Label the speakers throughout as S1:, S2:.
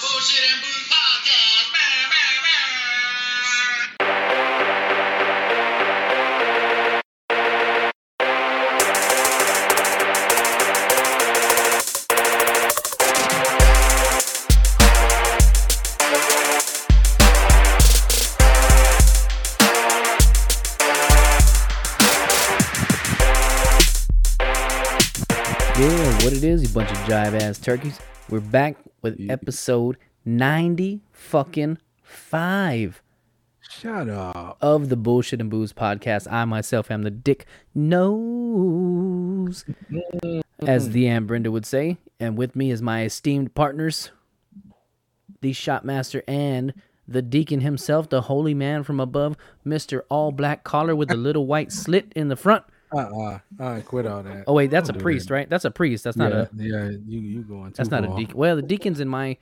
S1: Bullshit and Brew Podcast. Bah, bah, bah.
S2: Yeah, what it is, you bunch of jive ass turkeys. We're back with episode 90 fucking 5
S3: Shut up.
S2: of the Bullshit and Booze podcast. I myself am the dick nose, as the Aunt Brenda would say. And with me is my esteemed partners, the shopmaster and the deacon himself, the holy man from above, Mr. All Black Collar with the little white slit in the front.
S3: Uh uh-uh. uh. Quit all that.
S2: Oh, wait, that's a
S3: do
S2: priest, right? That's a priest. That's
S3: yeah,
S2: not a.
S3: yeah, you you going too
S2: That's not a
S3: far.
S2: deacon. Well, the deacons in my,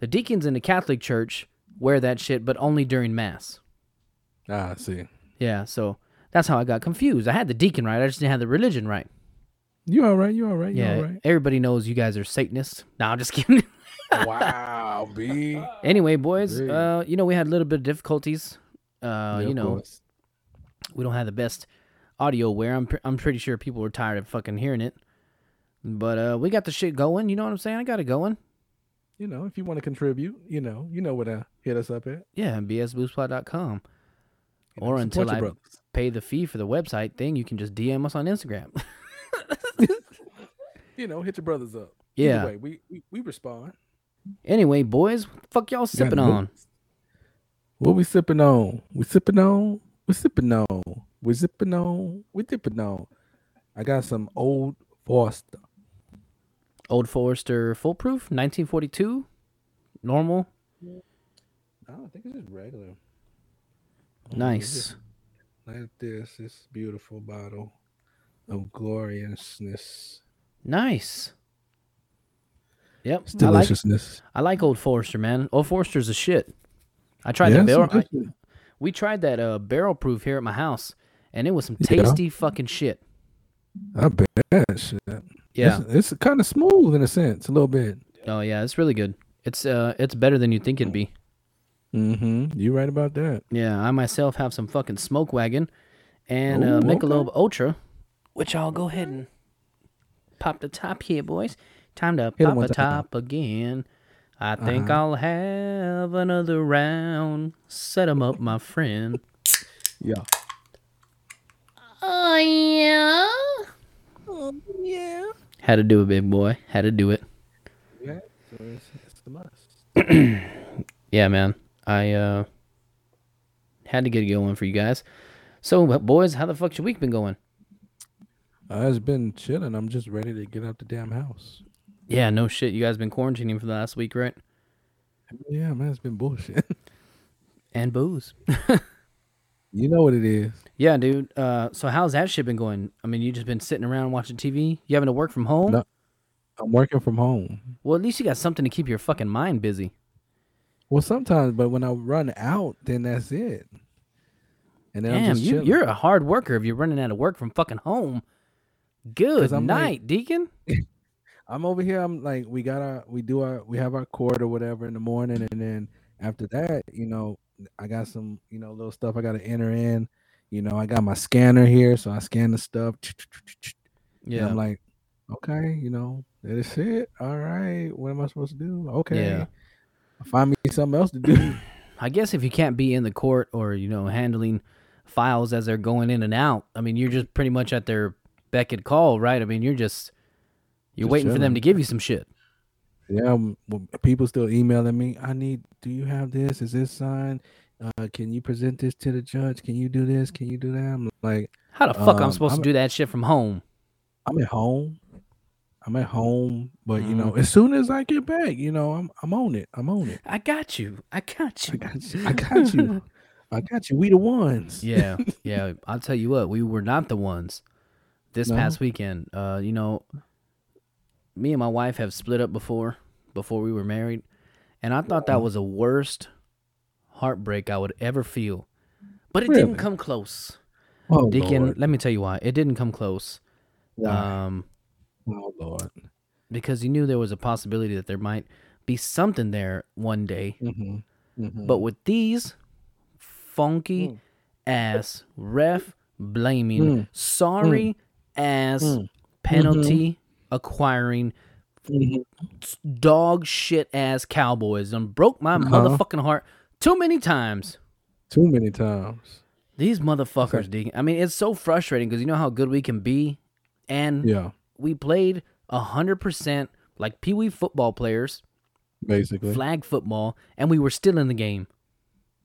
S2: the deacons in the Catholic Church wear that shit, but only during mass.
S3: Ah, I see.
S2: Yeah, so that's how I got confused. I had the deacon right, I just didn't have the religion right.
S3: You all right? You all right? You
S2: Yeah,
S3: all right?
S2: everybody knows you guys are Satanists. No, I'm just kidding.
S3: wow,
S2: Uh,
S3: B.
S2: anyway, boys,
S3: Great.
S2: uh, you know we had a little bit of difficulties. Uh,
S3: Yeah,
S2: you
S3: of
S2: know
S3: course.
S2: we don't have the best audio where I'm pre- I'm pretty sure people were tired of fucking hearing it. But uh, we got the shit going. You know what I'm saying? I got it going.
S3: You know, if you want to contribute, you know, you know where to hit us up at.
S2: Yeah, bsboostplot.com.
S3: You know,
S2: Or
S3: support
S2: until
S3: your
S2: I
S3: brothers.
S2: pay the fee for the website thing, you can just DM us on Instagram.
S3: you know, hit your brothers up. Either
S2: yeah.
S3: way, we, we we respond.
S2: Anyway, boys, what the fuck y'all sipping
S3: any
S2: on?
S3: What we sipping on? We sipping on. We sipping on. We zipping on. We dipping on. I got some old Foster.
S2: Old Forester Foolproof, 1942, normal,
S3: Oh, I don't think it's just regular.
S2: nice.
S3: like this this beautiful bottle of gloriousness
S2: Nice. Yep.
S3: it's
S2: I like,
S3: deliciousness
S2: I like Old Forester, man. Old Forester's a shit. I tried the barrel. I- we tried that uh, barrel proof here at my house, and it was some
S3: Yeah.
S2: tasty fucking shit.
S3: I, bet that shit
S2: Yeah.
S3: it's, it's kind of smooth in a sense a little bit
S2: Oh yeah, it's really good. It's uh, it's better than you think it'd be.
S3: mm-hmm you're right about that
S2: Yeah, I myself have some fucking smoke wagon and uh,
S3: Ooh, okay.
S2: Michelob Ultra, which I'll go ahead and pop the top here, boys. Time to
S3: 'em
S2: pop
S3: one
S2: a
S3: time.
S2: top again. I think
S3: Uh-huh.
S2: I'll have another round. Set 'em up, my friend.
S3: yeah
S2: Oh yeah.
S3: yeah
S2: Had to do it, big boy. Had to do it.
S3: yeah so it's, it's the must
S2: Yeah, man. I uh had to get it going for you guys. So, but boys, how the fuck's your week been going?
S3: i've Uh, been chilling i'm just ready to get out the damn house
S2: Yeah, no shit. You guys been quarantining for the last week, right?
S3: yeah man it's been bullshit
S2: And booze.
S3: you know what it is
S2: Yeah, dude. Uh, so how's that shit been going? I mean, you just been sitting around watching TV. You having to work from home?
S3: No. i'm working from home
S2: Well, at least you got something to keep your fucking mind busy.
S3: Well, sometimes, but when I run out, then that's it. And then I'm
S2: Damn,
S3: just
S2: you,
S3: chilling.
S2: you're a hard worker if you're running out of work from fucking home. Good
S3: 'Cause I'm like-
S2: night, Deacon.
S3: I'm over here. I'm like, we got our, we do our, we have our court or whatever in the morning, and then after that, you know, I got some, you know, little stuff I got to enter in. You know, I got my scanner here, so I scan the stuff. and
S2: Yeah,
S3: I'm like, okay, you know, that is it. All right, what am I supposed to do? Okay, find me something else to do.
S2: I guess if you can't be in the court or you know handling files as they're going in and out, I mean, you're just pretty much at their beck and call, right? I mean, you're just you're
S3: Just
S2: waiting for them
S3: chilling.
S2: to give you some shit.
S3: Yeah, um, well, people still emailing me. I need. Do you have this? Is this signed? Uh, can you present this to the judge? Can you do this? Can you do that? I'm like,
S2: How the fuck I'm
S3: Um,
S2: supposed
S3: I'm-
S2: to do that shit from home?
S3: I'm at home. I'm at home, but you know,
S2: Mhm.
S3: as soon as I get back, you know, I'm I'm on it. I'm on it.
S2: I got you. I got you.
S3: I got you. I got you. I got you. We the ones.
S2: yeah, yeah. I'll tell you what, we were not the ones this
S3: No?
S2: past weekend. Uh, you know, me and my wife have split up before, before we were married, and I thought that was the worst heartbreak I would ever feel, but it didn't
S3: Really?
S2: come close.
S3: Oh
S2: Deacon,
S3: Lord.
S2: let me tell you why it didn't come close.
S3: Why?
S2: Um,
S3: oh Lord.
S2: because you knew there was a possibility that there might be something there one day.
S3: Mhm, mhm.
S2: But with these
S3: Hmm.
S2: funky ass ref blaming,
S3: Mm.
S2: sorry ass
S3: Mm.
S2: penalty
S3: Mm-hmm.
S2: acquiring
S3: Mhm.
S2: s- dog shit ass Cowboys and broke my
S3: Uh-huh.
S2: motherfucking heart too many times.
S3: too many times.
S2: These motherfuckers, Deacon. I mean, it's so frustrating because you know how good we can be, and
S3: Yeah,
S2: we played hundred percent like Pee Wee football players,
S3: basically.
S2: flag football, and we were still in the game.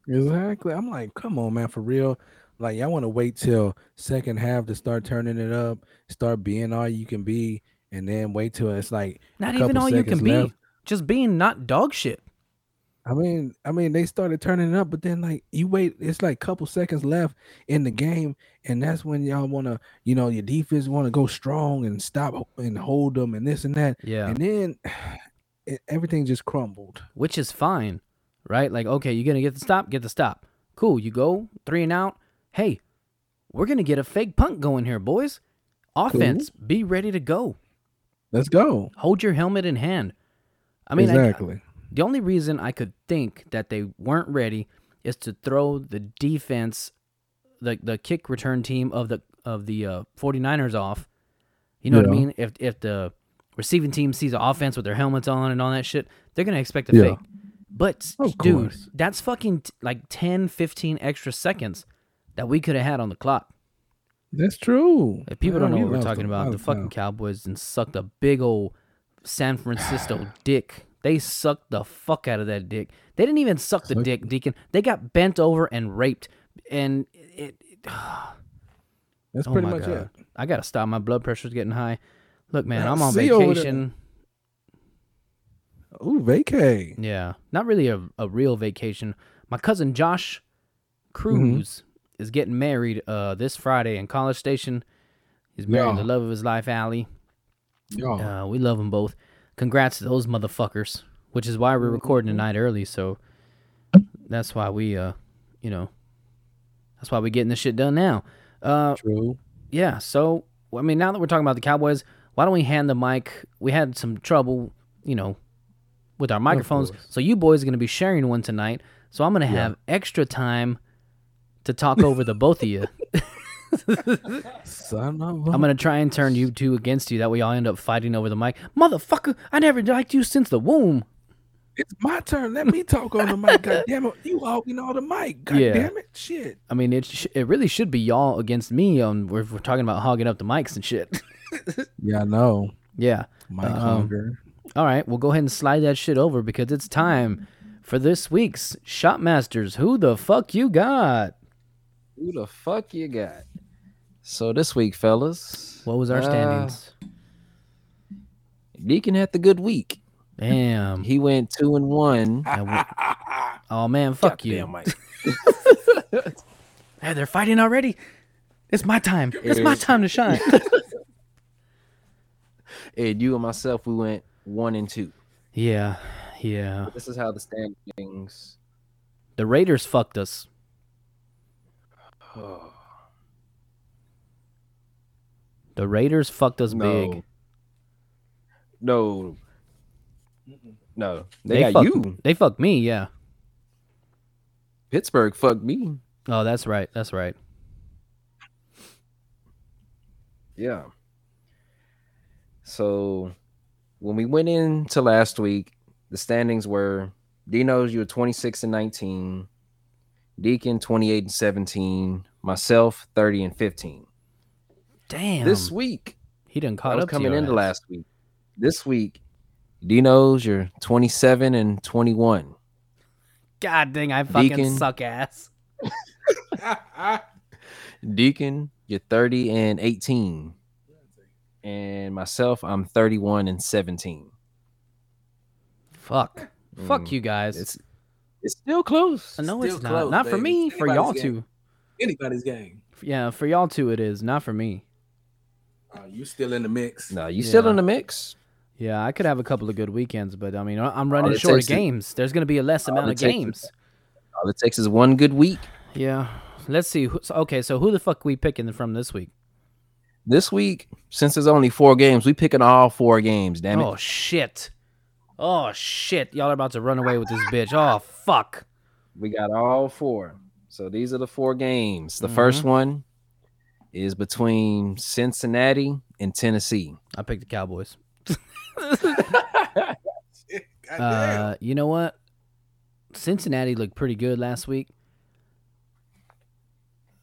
S3: Exactly. I'm like, come on, man, for real. Like, y'all want to wait till second half to start turning it up, start being all you can be, and then wait till it's like
S2: Not
S3: a
S2: even
S3: couple
S2: all you
S3: seconds
S2: can be,
S3: left.
S2: just being not dog shit.
S3: I mean, I mean, they started turning it up, but then like you wait, it's like couple seconds left in the game, and that's when y'all want to, you know, your defense want to go strong and stop and hold them and this and that,
S2: Yeah,
S3: and then it, everything just crumbled.
S2: which is fine, right? Like, okay, you're gonna get the stop, get the stop. Cool, you go three and out. Hey, we're gonna get a fake punt going here, boys. Offense, be ready to go.
S3: Let's go.
S2: Hold your helmet in hand. I mean, I,
S3: exactly.
S2: The only reason I could think that they weren't ready is to throw the defense, the the kick return team of the of the uh, 49ers off. You know what I
S3: Yeah.
S2: mean? If if the receiving team sees the offense with their helmets on and all that shit, they're going to expect a
S3: Yeah.
S2: fake. But
S3: Of
S2: dude,
S3: course.
S2: that's fucking t- like 10, 15 extra seconds that we could have had on the clock.
S3: that's true.
S2: If people don't
S3: Yeah,
S2: know
S3: we
S2: what we're
S3: lost
S2: talking
S3: a
S2: about,
S3: lot
S2: the
S3: of
S2: fucking
S3: time.
S2: Cowboys and sucked a big old San Francisco dick. They sucked the fuck out of that dick. They didn't even suck the
S3: Suck-
S2: dick, Deacon. They got bent over and raped. And it, it
S3: That's
S2: oh
S3: pretty
S2: my
S3: much
S2: god,
S3: it.
S2: I gotta stop. My blood pressure's getting high. Look, man, I'm on
S3: See you over there.
S2: vacation.
S3: Ooh, vacay.
S2: Yeah, not really a, a real vacation. My cousin Josh Cruz
S3: Mm-hmm.
S2: is getting married uh this Friday in College Station. He's marrying
S3: Yeah.
S2: the love of his life, Allie.
S3: Y'all.
S2: Uh, we love them both. Congrats to those motherfuckers, which is why we're recording tonight early. So that's why we, uh, you know, that's why we're getting this shit done now. Uh,
S3: True.
S2: yeah. So I mean, now that we're talking about the Cowboys, why don't we hand the mic? We had some trouble, you know, with our microphones.
S3: course.
S2: So you boys are gonna be sharing one tonight. So I'm gonna have extra time to talk over the both of you.
S3: Son of
S2: I'm gonna try and turn you two against you. That way, y'all end up fighting over the mic. Motherfucker, I never liked you since the womb.
S3: it's my turn. Let me talk on the mic. God damn it. You hogging all the mic. God
S2: Yeah.
S3: damn it. Shit.
S2: I mean, it sh- it really should be y'all against me. On we're, we're talking about hogging up the mics and shit.
S3: Yeah, I know.
S2: yeah.
S3: Mic
S2: Um,
S3: hogger.
S2: All right. We'll go ahead and slide that shit over because it's time for this week's Shop Masters. Who the fuck you got?
S4: Who the fuck you got? So this week, fellas,
S2: What was our
S4: uh,
S2: standings?
S4: Deacon had the good week.
S2: Damn.
S4: He went two and one.
S2: I w- oh man, fuck you. Hey, they're fighting already. It's my time. It's my time to shine.
S4: and you and myself, we went one and two.
S2: yeah. Yeah.
S4: This is how the standings.
S2: The Raiders fucked us.
S4: Oh,
S2: The Raiders fucked us big.
S4: No. No. They, got
S2: fucked,
S4: you.
S2: They fucked me, yeah.
S4: Pittsburgh fucked me.
S2: Oh, that's right. That's right.
S4: Yeah. So when we went into last week, the standings were Dino's you were 26 and 19, Deacon 28 and 17, myself 30 and 15.
S2: Damn.
S4: This week,
S2: he done
S4: I
S2: caught
S4: was
S2: up
S4: coming
S2: to your
S4: into
S2: ass.
S4: last week. This week, Dino's you're 27 and 21.
S2: God dang, I fucking
S4: Deacon.
S2: suck ass.
S4: Deacon, you're 30 and 18. And myself, I'm 31 and 17.
S2: Fuck. Fuck
S4: Mm.
S2: you guys.
S4: It's it's still close.
S2: Uh, no,
S3: still
S2: it's not.
S3: close,
S2: not for
S3: baby.
S2: me. For y'all
S3: Anybody's
S2: two.
S3: Anybody's game.
S2: Yeah, for y'all two, it is. Not for me.
S3: Oh, you still in the mix.
S4: No, you still
S2: Yeah.
S4: in the mix.
S2: Yeah, I could have a couple of good weekends, but I mean, I- I'm running
S4: it
S2: short of
S4: takes is-
S2: games. There's gonna be a less amount
S4: it
S2: of
S4: takes is-
S2: games.
S4: All it takes is one good week.
S2: Yeah. Let's see. Who, so, okay, so who the fuck we picking from this week?
S4: This week, since there's only four games, we picking all four games. Damn it!
S2: Oh shit. Oh shit, y'all are about to run away with this bitch. Oh fuck.
S4: We got all four. So these are the four games. The
S2: Mm-hmm.
S4: first one is between Cincinnati and Tennessee.
S2: I picked the Cowboys.
S3: Goddamn.
S2: Uh, you know what? Cincinnati looked pretty good last week.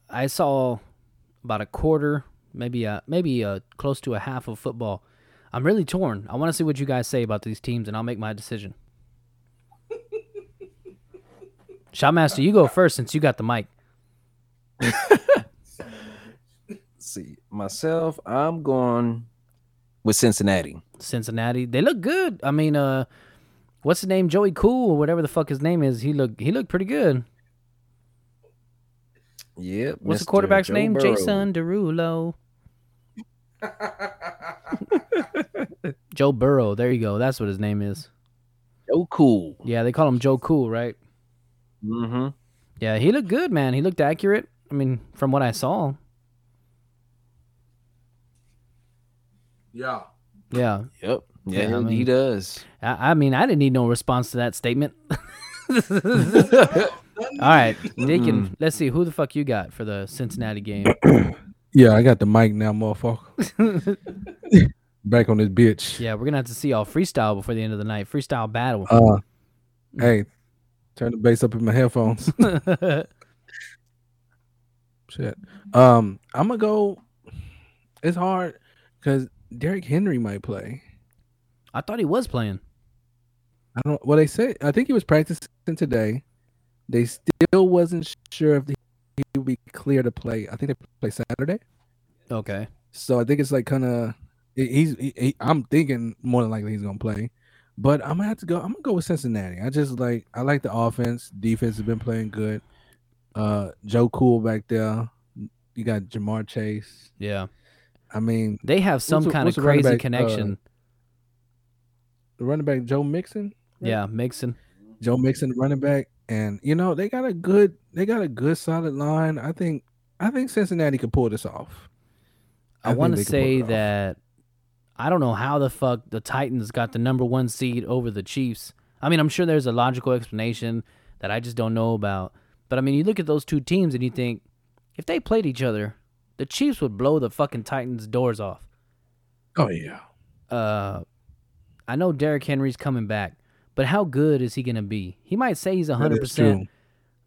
S2: I saw about a quarter, maybe a, maybe a, close to a half of football. I'm really torn. I want to see what you guys say about these teams, and I'll make my decision. Shotmaster, you go first since you got the mic.
S4: see, myself, I'm going with Cincinnati.
S2: Cincinnati, they look good. I mean, uh, what's his name? Joey Cool, or whatever the fuck his name is. He looked he looked pretty good.
S4: Yep.
S2: What's the
S4: Mr.
S2: quarterback's
S4: Joe
S2: name?
S4: Burrow.
S2: Jason Derulo. Joe Burrow. There you go. That's what his name is.
S4: Joe Cool.
S2: Yeah, they call him Joe Cool, right?
S4: Mm-hmm.
S2: Yeah, he looked good, man. He looked accurate. I mean, from what I saw.
S3: yeah.
S2: Yeah.
S4: Yep. Yeah,
S2: Yeah, I
S4: he- he
S2: mean-
S4: does.
S2: I, I mean, I didn't need no response to that statement. All
S4: I
S2: right, Deacon. Let's see who the fuck you got for the Cincinnati game.
S3: Yeah, I got the mic now, motherfucker. Back on this bitch.
S2: Yeah, we're gonna have to see y'all freestyle before the end of the night. Freestyle battle.
S3: Uh, hey, turn the bass up in my headphones. Uh, Shit. Um, I'm gonna go. It's hard because Derrick Henry might play.
S2: I thought he was playing.
S3: I don't. Well, they say I think he was practicing today. They still wasn't sure if he would be clear to play. I think they play Saturday.
S2: Okay.
S3: So I think it's like kind of he's. He, he, I'm thinking more than likely he's gonna play, but I'm gonna have to go. I'm gonna go with Cincinnati. I just like I like the offense. Defense has been playing good. Uh, Joe Cool back there. You got Jamar Chase.
S2: Yeah.
S3: I mean,
S2: They have some
S3: the-
S2: kind of
S3: what's the running
S2: crazy
S3: back, uh,
S2: connection.
S3: the running back Joe Mixon. right?
S2: yeah, Mixon.
S3: Joe Mixon, the running back, and you know they got a good they got a good solid line. I think I think Cincinnati could pull this off.
S2: I,
S3: think
S2: want
S3: they
S2: to
S3: could pull
S2: say
S3: it off.
S2: that I don't know how the fuck the Titans got the number one seed over the Chiefs. I mean, I'm sure there's a logical explanation that I just don't know about. But I mean, you look at those two teams and you think if they played each other, the Chiefs would blow the fucking Titans' doors off.
S3: Oh yeah,
S2: Uh, I know Derrick Henry's coming back, but how good is he gonna be? He might say he's
S3: That is
S2: 100, percent
S3: true.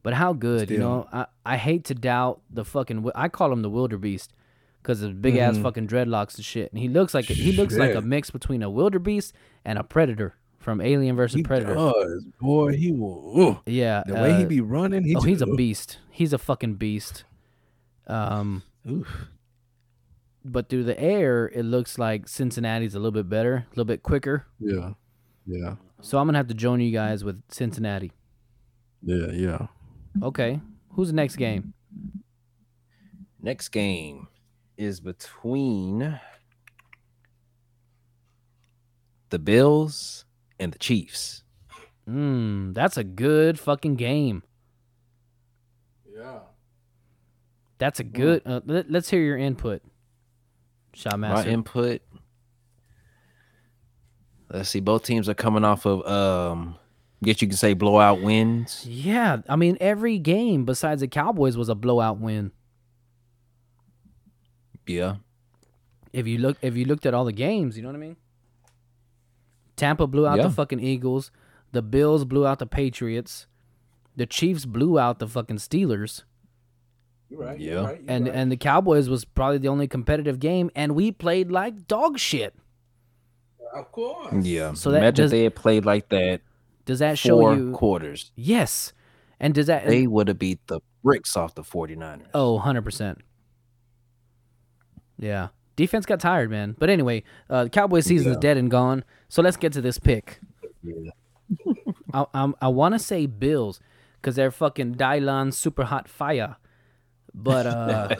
S2: but how good? You
S3: Still.
S2: know, I, I hate to doubt the fucking. wi- I call him the wildebeest because of big ass
S3: Mhm.
S2: fucking dreadlocks and shit. And he looks like he looks like a
S3: Shit.
S2: mix between a wildebeest and a predator from Alien versus
S3: He
S2: Predator.
S3: does, boy. He will. ooh.
S2: Yeah,
S3: the way he
S2: uh,
S3: be running,
S2: oh,
S3: he just-
S2: he's a
S3: ooh,
S2: beast. He's a fucking beast. Um,
S3: oof.
S2: but through the air, it looks like Cincinnati's a little bit better, a little bit quicker.
S3: Yeah, yeah,
S2: So I'm gonna have to join you guys with Cincinnati.
S3: yeah, yeah.
S2: Okay. Who's the next game?
S4: Next game is between the Bills and the Chiefs.
S2: Mm, that's a good fucking game.
S3: Yeah.
S2: That's a good. Uh, let, us hear your input, Shot Master.
S4: My input. Let's see. Both teams are coming off of um, guess you can say blowout wins.
S2: yeah, I mean every game besides the Cowboys was a blowout win.
S4: Yeah.
S2: If you look, if you looked at all the games, you know what I mean. Tampa blew out
S4: Yeah.
S2: the fucking Eagles. The Bills blew out the Patriots. The Chiefs blew out the fucking Steelers.
S3: You're right.
S4: you're Yeah. right,
S2: And and the Cowboys was probably the only competitive game, and we played like dog shit.
S3: of course.
S4: Yeah.
S2: So
S4: So
S2: that
S4: imagine
S2: does-
S4: if they had played like that
S2: Does that show
S4: four
S2: you?
S4: quarters.
S2: Yes. And does that?
S4: They would have beat the bricks off the 49ers.
S2: Oh, 100%. Yeah. Defense got tired, man. But anyway, uh, the Cowboys season is
S4: Yeah.
S2: dead and gone. So let's get to this pick.
S4: Yeah.
S2: I I'm, I want to say Bills because they're fucking Dylan super hot fire. But uh,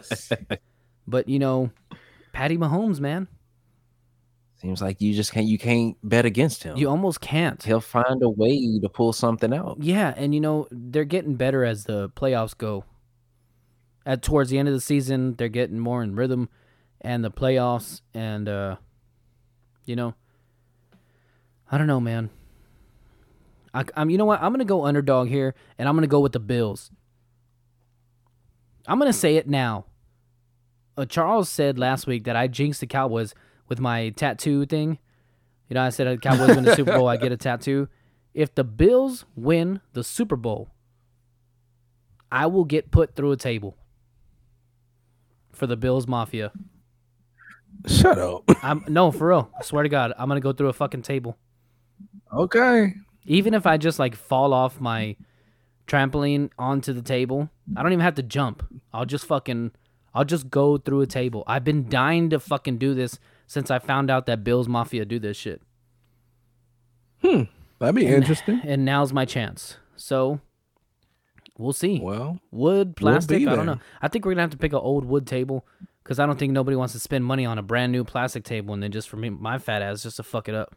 S2: but you know, Patty Mahomes, man,
S4: Seems like you just can't you can't bet against him.
S2: you almost can't.
S4: He'll find a way to pull something out.
S2: Yeah, and you know they're getting better as the playoffs go. At towards the end of the season, they're getting more in rhythm, and the playoffs, and uh, you know, I don't know, man. I, am you know what? I'm gonna go underdog here, and I'm gonna go with the Bills. I'm gonna say it now. Uh, Charles said last week that I jinxed the Cowboys with my tattoo thing. You know, I said uh, Cowboys win the Super Bowl, I get a tattoo. If the Bills win the Super Bowl, I will get put through a table for the Bills Mafia.
S3: Shut up.
S2: I'm no for real. I swear to God, I'm gonna go through a fucking table.
S3: Okay.
S2: Even if I just like fall off my trampoline onto the table, I don't even have to jump. I'll just fucking I'll just go through a table. I've been dying to fucking do this since I found out that Bills Mafia do this shit.
S3: That'd be interesting.
S2: And now's my chance. So we'll see.
S3: Well,
S2: Wood, plastic,
S3: be
S2: I don't
S3: there.
S2: know. I think we're gonna have to pick an old wood table because I don't think nobody wants to spend money on a brand new plastic table and then just for me my fat ass just to fuck it up.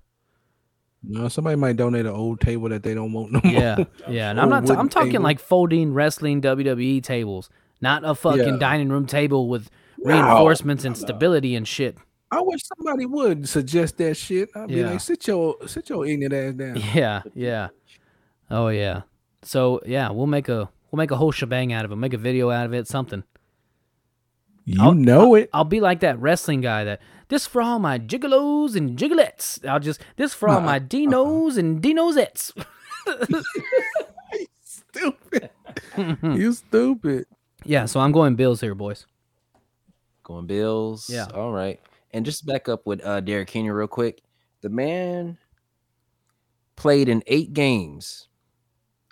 S3: you know, somebody might donate an old table that they don't want no more.
S2: Yeah, yeah. And I'm
S3: Or
S2: not. i I'm
S3: wooden
S2: talking
S3: table.
S2: like folding wrestling WWE tables, not a fucking
S3: Yeah.
S2: dining room table with
S3: No.
S2: reinforcements and stability and shit.
S3: I wish somebody would suggest that shit. I'd be
S2: Yeah.
S3: like, sit your sit your ignorant ass down.
S2: Yeah, yeah. Oh yeah. So yeah, we'll make a we'll make a whole shebang out of it. Make a video out of it. Something.
S3: You know it.
S2: I'll be like that wrestling guy that this for all my gigolos and gigolettes. I'll just this for all
S3: Nuh-uh.
S2: my dinos and dinosettes.
S3: Stupid. you stupid.
S2: yeah. So I'm going Bills here, boys.
S4: Going Bills.
S2: Yeah.
S4: All right. And just back up with uh Derek Henry real quick. The man played in eight games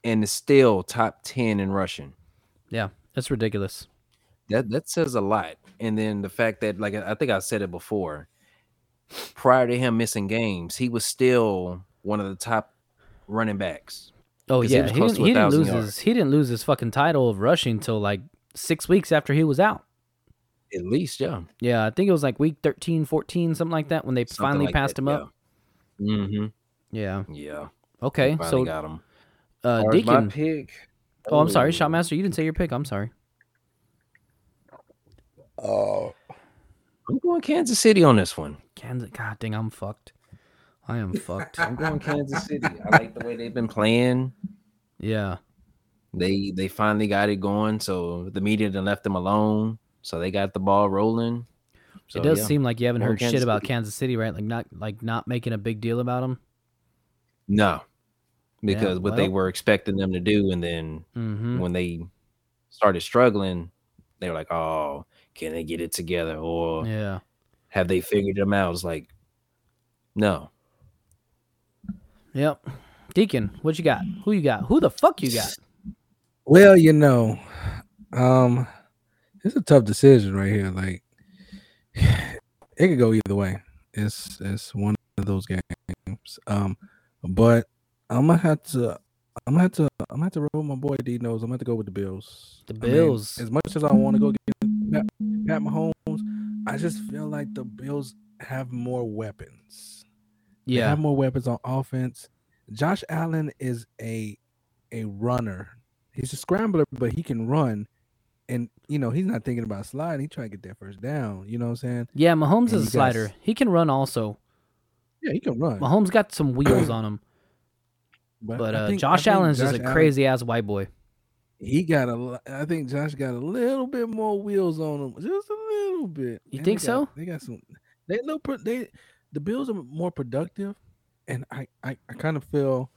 S4: and is still top ten in rushing.
S2: Yeah, that's ridiculous.
S4: That that says a lot. And then the fact that, like I think I said it before, prior to him missing games, he was still one of the top running backs.
S2: Oh
S4: 'Cause he
S2: yeah,
S4: was
S2: he,
S4: close
S2: didn't-
S4: to a
S2: he didn't
S4: thousand
S2: lose
S4: yards.
S2: his he didn't lose his fucking title of rushing till like six weeks after he was out.
S4: At least, yeah.
S2: Yeah, I think it was like week 13, 14, something like that when they finally passed him up.
S4: Mm-hmm.
S2: Yeah.
S4: Yeah.
S2: Okay.
S4: Finally
S2: So
S4: got him.
S2: uh,
S4: Or is my
S2: Deacon.
S4: pick.
S2: Oh, I'm sorry,
S4: Ooh.
S2: Shotmaster. You didn't say your pick. I'm sorry.
S3: Oh,
S4: I'm going Kansas City on this one.
S2: Kansas. God dang, I'm fucked. I am fucked.
S4: I'm going Kansas City. I like the way they've been playing.
S2: Yeah.
S4: They they finally got it going. So the media done left them alone. So they got the ball rolling. So,
S2: it does
S4: yeah.
S2: seem like you haven't
S4: Or
S2: heard shit
S4: Kansas
S2: about
S4: City.
S2: Kansas City, right? Like not like not making a big deal about them.
S4: no, because what they
S2: well.
S4: were expecting them to do, and then
S2: Mm-hmm.
S4: when they started struggling, they were like, "Oh, can they get it together?" Or
S2: Yeah.
S4: have they figured them out? It's like, no,
S2: Yep. Deacon, what you got? Who you got? Who the fuck you got?
S3: Well, you know, um, it's a tough decision right here. Like, it could go either way. It's it's one of those games. Um, but I'm gonna have to. I'm gonna have to. I'm gonna have to roll my boy D knows. I'm gonna have to go with the Bills.
S2: The
S3: I mean,
S2: Bills.
S3: as much as I want to go get Pat, Pat Mahomes, I just feel like the Bills have more weapons. They
S2: Yeah.
S3: have more weapons on offense. Josh Allen is a a runner. He's a scrambler, but he can run. And you know, he's not thinking about sliding. He trying to get that first down. You know what I'm saying?
S2: Yeah, Mahomes is
S3: And you
S2: a
S3: guys-
S2: slider. He can run also.
S3: Yeah, he can run.
S2: Mahomes got some wheels on him, but
S3: I
S2: uh,
S3: think- I
S2: Josh
S3: think
S2: Allen's
S3: Josh
S2: just a
S3: Allen-
S2: crazy ass white boy.
S3: he got a. li- I think Josh got a little bit more wheels on him, just a little bit.
S2: You think
S3: And they got-
S2: so?
S3: They got some. They look. Pro, they the Bills are more productive, and I I, I kind of feel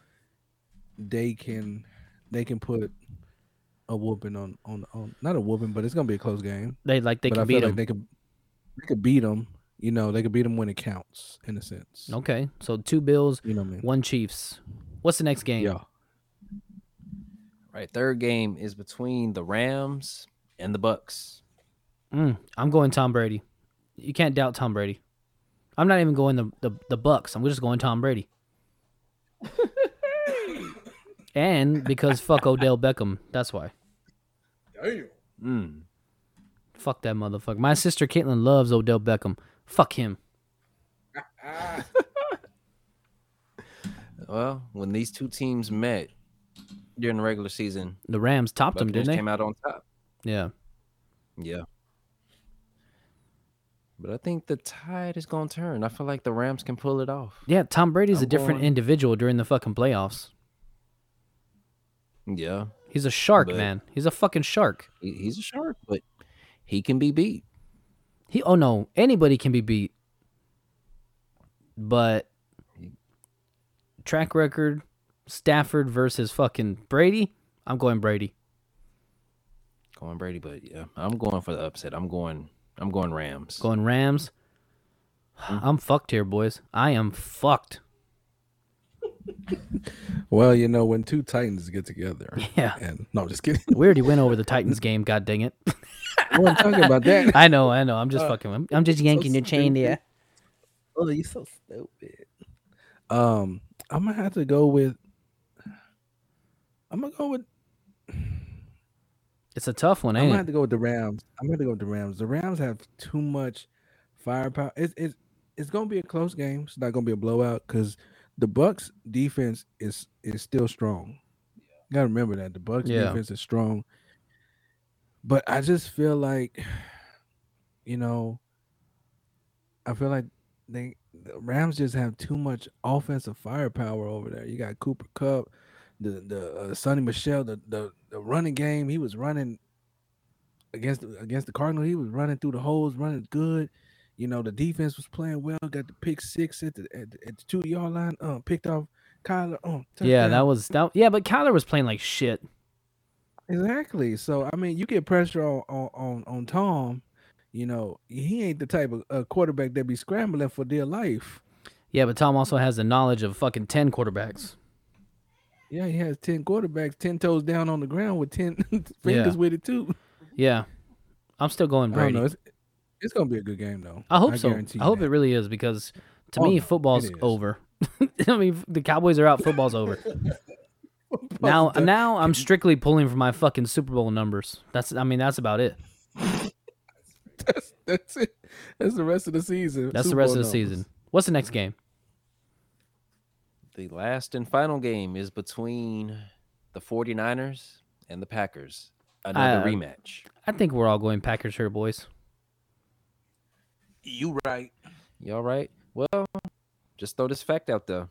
S3: they can they can put a whooping on on on not a whooping, but it's gonna be a close game.
S2: They like they
S3: but
S2: can
S3: I
S2: beat
S3: feel
S2: him.
S3: like they could they could beat them. You know, they could beat them when it counts, in a sense.
S2: Okay, so two Bills,
S3: You know what I mean?
S2: one Chiefs. What's the next game?
S3: Yeah.
S4: right. Third game is between the Rams and the Bucks.
S2: Mm, I'm going Tom Brady. You can't doubt Tom Brady. I'm not even going the the, the Bucks. I'm just going Tom Brady. and because fuck Odell Beckham, that's why.
S4: Mm.
S2: Fuck that motherfucker. My sister Caitlin loves Odell Beckham. Fuck him.
S4: Well, when these two teams met during the regular season,
S2: The Rams topped him,
S4: Buccaneers
S2: didn't they?
S4: came out on top.
S2: Yeah.
S4: Yeah. But I think the tide is going to turn. I feel like the Rams can pull it off.
S2: Yeah, Tom Brady's a
S4: I'm
S2: different
S4: going-
S2: individual during the fucking playoffs.
S4: Yeah,
S2: He's a shark,
S4: But-
S2: man. He's a fucking shark.
S4: he- he's a shark, but he can be beat.
S2: He oh no, anybody can be beat. But track record, Stafford versus fucking Brady. I'm going Brady.
S4: Going Brady, but yeah, I'm going for the upset. I'm going. I'm going Rams.
S2: Going Rams. I'm fucked here, boys. I am fucked.
S3: Well, you know, when two Titans get together,
S2: Yeah.
S3: and no, I'm just kidding.
S2: We already went over the Titans game, god dang it.
S3: I wasn't talking about that.
S2: I know, I know. I'm just fucking I'm, I'm just yanking your chain
S3: stupid.
S2: there.
S3: Oh, you're so stupid. Um, I'm gonna have to go with. I'm gonna go with.
S2: It's a tough one,
S3: I'm
S2: ain't
S3: gonna
S2: it?
S3: have to go with the Rams. I'm gonna have to go with the Rams. The Rams have too much firepower. It's it's it's gonna be a close game. It's not gonna be a blowout because the Bucks defense is is still strong. You gotta remember that the Bucks
S2: Yeah.
S3: defense is strong. But I just feel like, you know, I feel like they the Rams just have too much offensive firepower over there. You got Cooper Cup, the the uh, Sonny Michelle, the, the the running game. He was running against the, against the Cardinal. He was running through the holes, running good. You know the defense was playing well. Got the pick six at the at, the- at the two yard line. Um, picked off Kyler. Um,
S2: Yeah, that
S3: touchdown.
S2: was that yeah, but Kyler was playing like shit.
S3: exactly. So I mean, you get pressure on on on, on Tom. You know he ain't the type of uh, quarterback that be scrambling for dear life.
S2: Yeah, but Tom also has the knowledge of fucking ten quarterbacks.
S3: Yeah, he has ten quarterbacks, ten toes down on the ground with ten fingers with it too.
S2: Yeah. I'm still going
S3: I don't
S2: Brady.
S3: know. It's, it's gonna be a good game though.
S2: I hope so.
S3: guarantee
S2: I hope
S3: that.
S2: it really is because to
S3: Oh,
S2: me
S3: no,
S2: football's
S3: it is.
S2: over. I mean the Cowboys are out, football's over. now now I'm strictly pulling for my fucking Super Bowl numbers. That's I mean that's about it.
S3: that's, that's it. That's the rest of the season.
S2: That's the
S3: Super
S2: rest
S3: Bowl
S2: of the
S3: numbers.
S2: season. What's the next game?
S4: The last and final game is between the 49ers and the Packers. Another
S2: Uh,
S4: rematch.
S2: I think we're all going Packers here, boys.
S3: You right.
S4: Y'all right? Well, just throw this fact out there.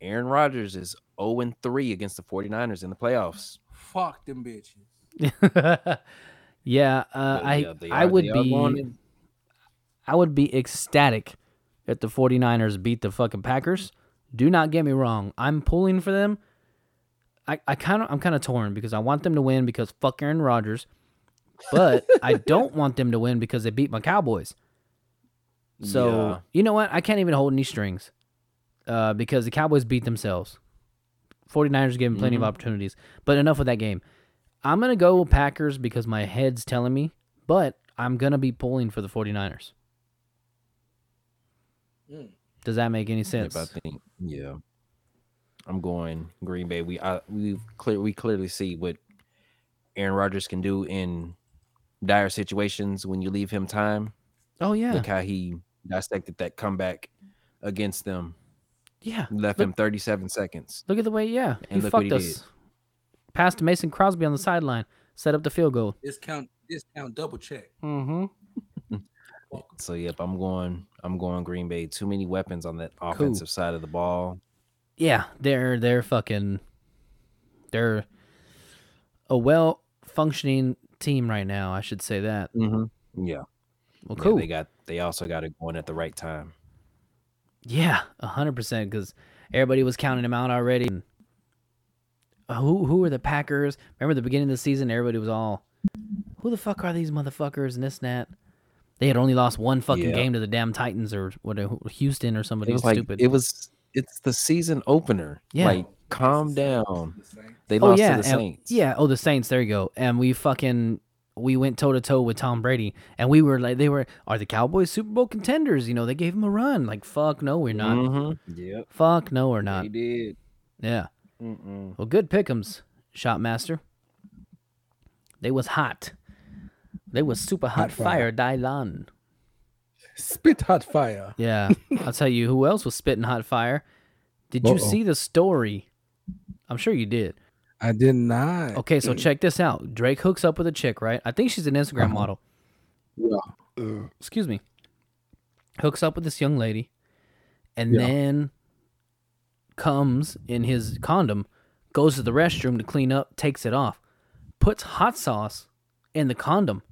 S4: Aaron Rodgers is 0 3 against the 49ers in the playoffs.
S3: Fuck them bitches.
S2: yeah, uh,
S4: But
S2: I
S4: yeah, they
S2: I
S4: are-
S2: would
S4: they are going
S2: be
S4: in.
S2: I would be ecstatic if the 49ers beat the fucking Packers. Do not get me wrong. I'm pulling for them. I, I kind of I'm kind of torn because I want them to win because fuck Aaron Rodgers, but I don't want them to win because they beat my Cowboys. So
S4: Yeah.
S2: you know what? I can't even hold any strings uh, because the Cowboys beat themselves. 49ers gave them plenty
S4: Mhm.
S2: of opportunities. But enough of that game. I'm going to go Packers because my head's telling me, but I'm going to be pulling for the 49ers.
S3: Mm.
S2: Does that make any
S4: Yep,
S2: sense?
S4: I think. Yeah. I'm going Green Bay. We I, we clear we clearly see what Aaron Rodgers can do in dire situations when you leave him time.
S2: oh, yeah.
S4: Look how he dissected that comeback against them.
S2: Yeah.
S4: Left
S2: Look-
S4: him 37 seconds.
S2: Look at the way, yeah. He
S4: And look what
S2: fucked
S4: he
S2: us. Passed to Mason Crosby on the sideline, set up the field goal.
S3: Discount discount double check.
S2: Mm-hmm.
S4: So yep, I'm going. I'm going Green Bay. Too many weapons on that offensive side of the ball.
S2: Yeah, they're they're fucking they're a well functioning team right now, I should say that.
S4: Mm-hmm. Yeah.
S2: Well
S4: Yeah,
S2: cool.
S4: they got. They also got it going at the right time.
S2: Yeah, a hundred percent. Because everybody was counting them out already. And Who who are the Packers? Remember the beginning of the season, everybody was all, "Who the fuck are these motherfuckers?" and this and that. They had only lost one fucking
S4: Yeah.
S2: game to the damn Titans or what, Houston or somebody
S4: It was like
S2: stupid.
S4: it was. It's the season opener.
S2: Yeah.
S4: Like calm down. They
S2: oh
S4: lost
S2: yeah,
S4: to the
S2: and-
S4: Saints.
S2: yeah. Oh, the Saints. There you go. And we fucking we went toe to toe with Tom Brady, and we were like, they were are the Cowboys Super Bowl contenders? You know, they gave him a run. Like fuck, no, we're not.
S4: Mm-hmm. Yep.
S2: Fuck, no, we're not.
S4: They did.
S2: Yeah.
S4: Mm-mm.
S2: Well, good pickums, Shopmaster. They was hot. They was super hot,
S3: Hot
S2: fire,
S3: fire.
S2: Dylan.
S3: Spit hot fire.
S2: Yeah, I'll tell you who else was spitting hot fire. Did
S3: Uh-oh.
S2: you see the story? I'm sure you did.
S3: I did not.
S2: Okay, so check this out. Drake hooks up with a chick, right? I think she's an Instagram
S3: Uh-huh.
S2: model.
S3: Uh,
S2: Excuse me. Hooks up with this young lady, and
S3: Yeah.
S2: then comes in his condom, goes to the restroom to clean up, takes it off, puts hot sauce in the condom.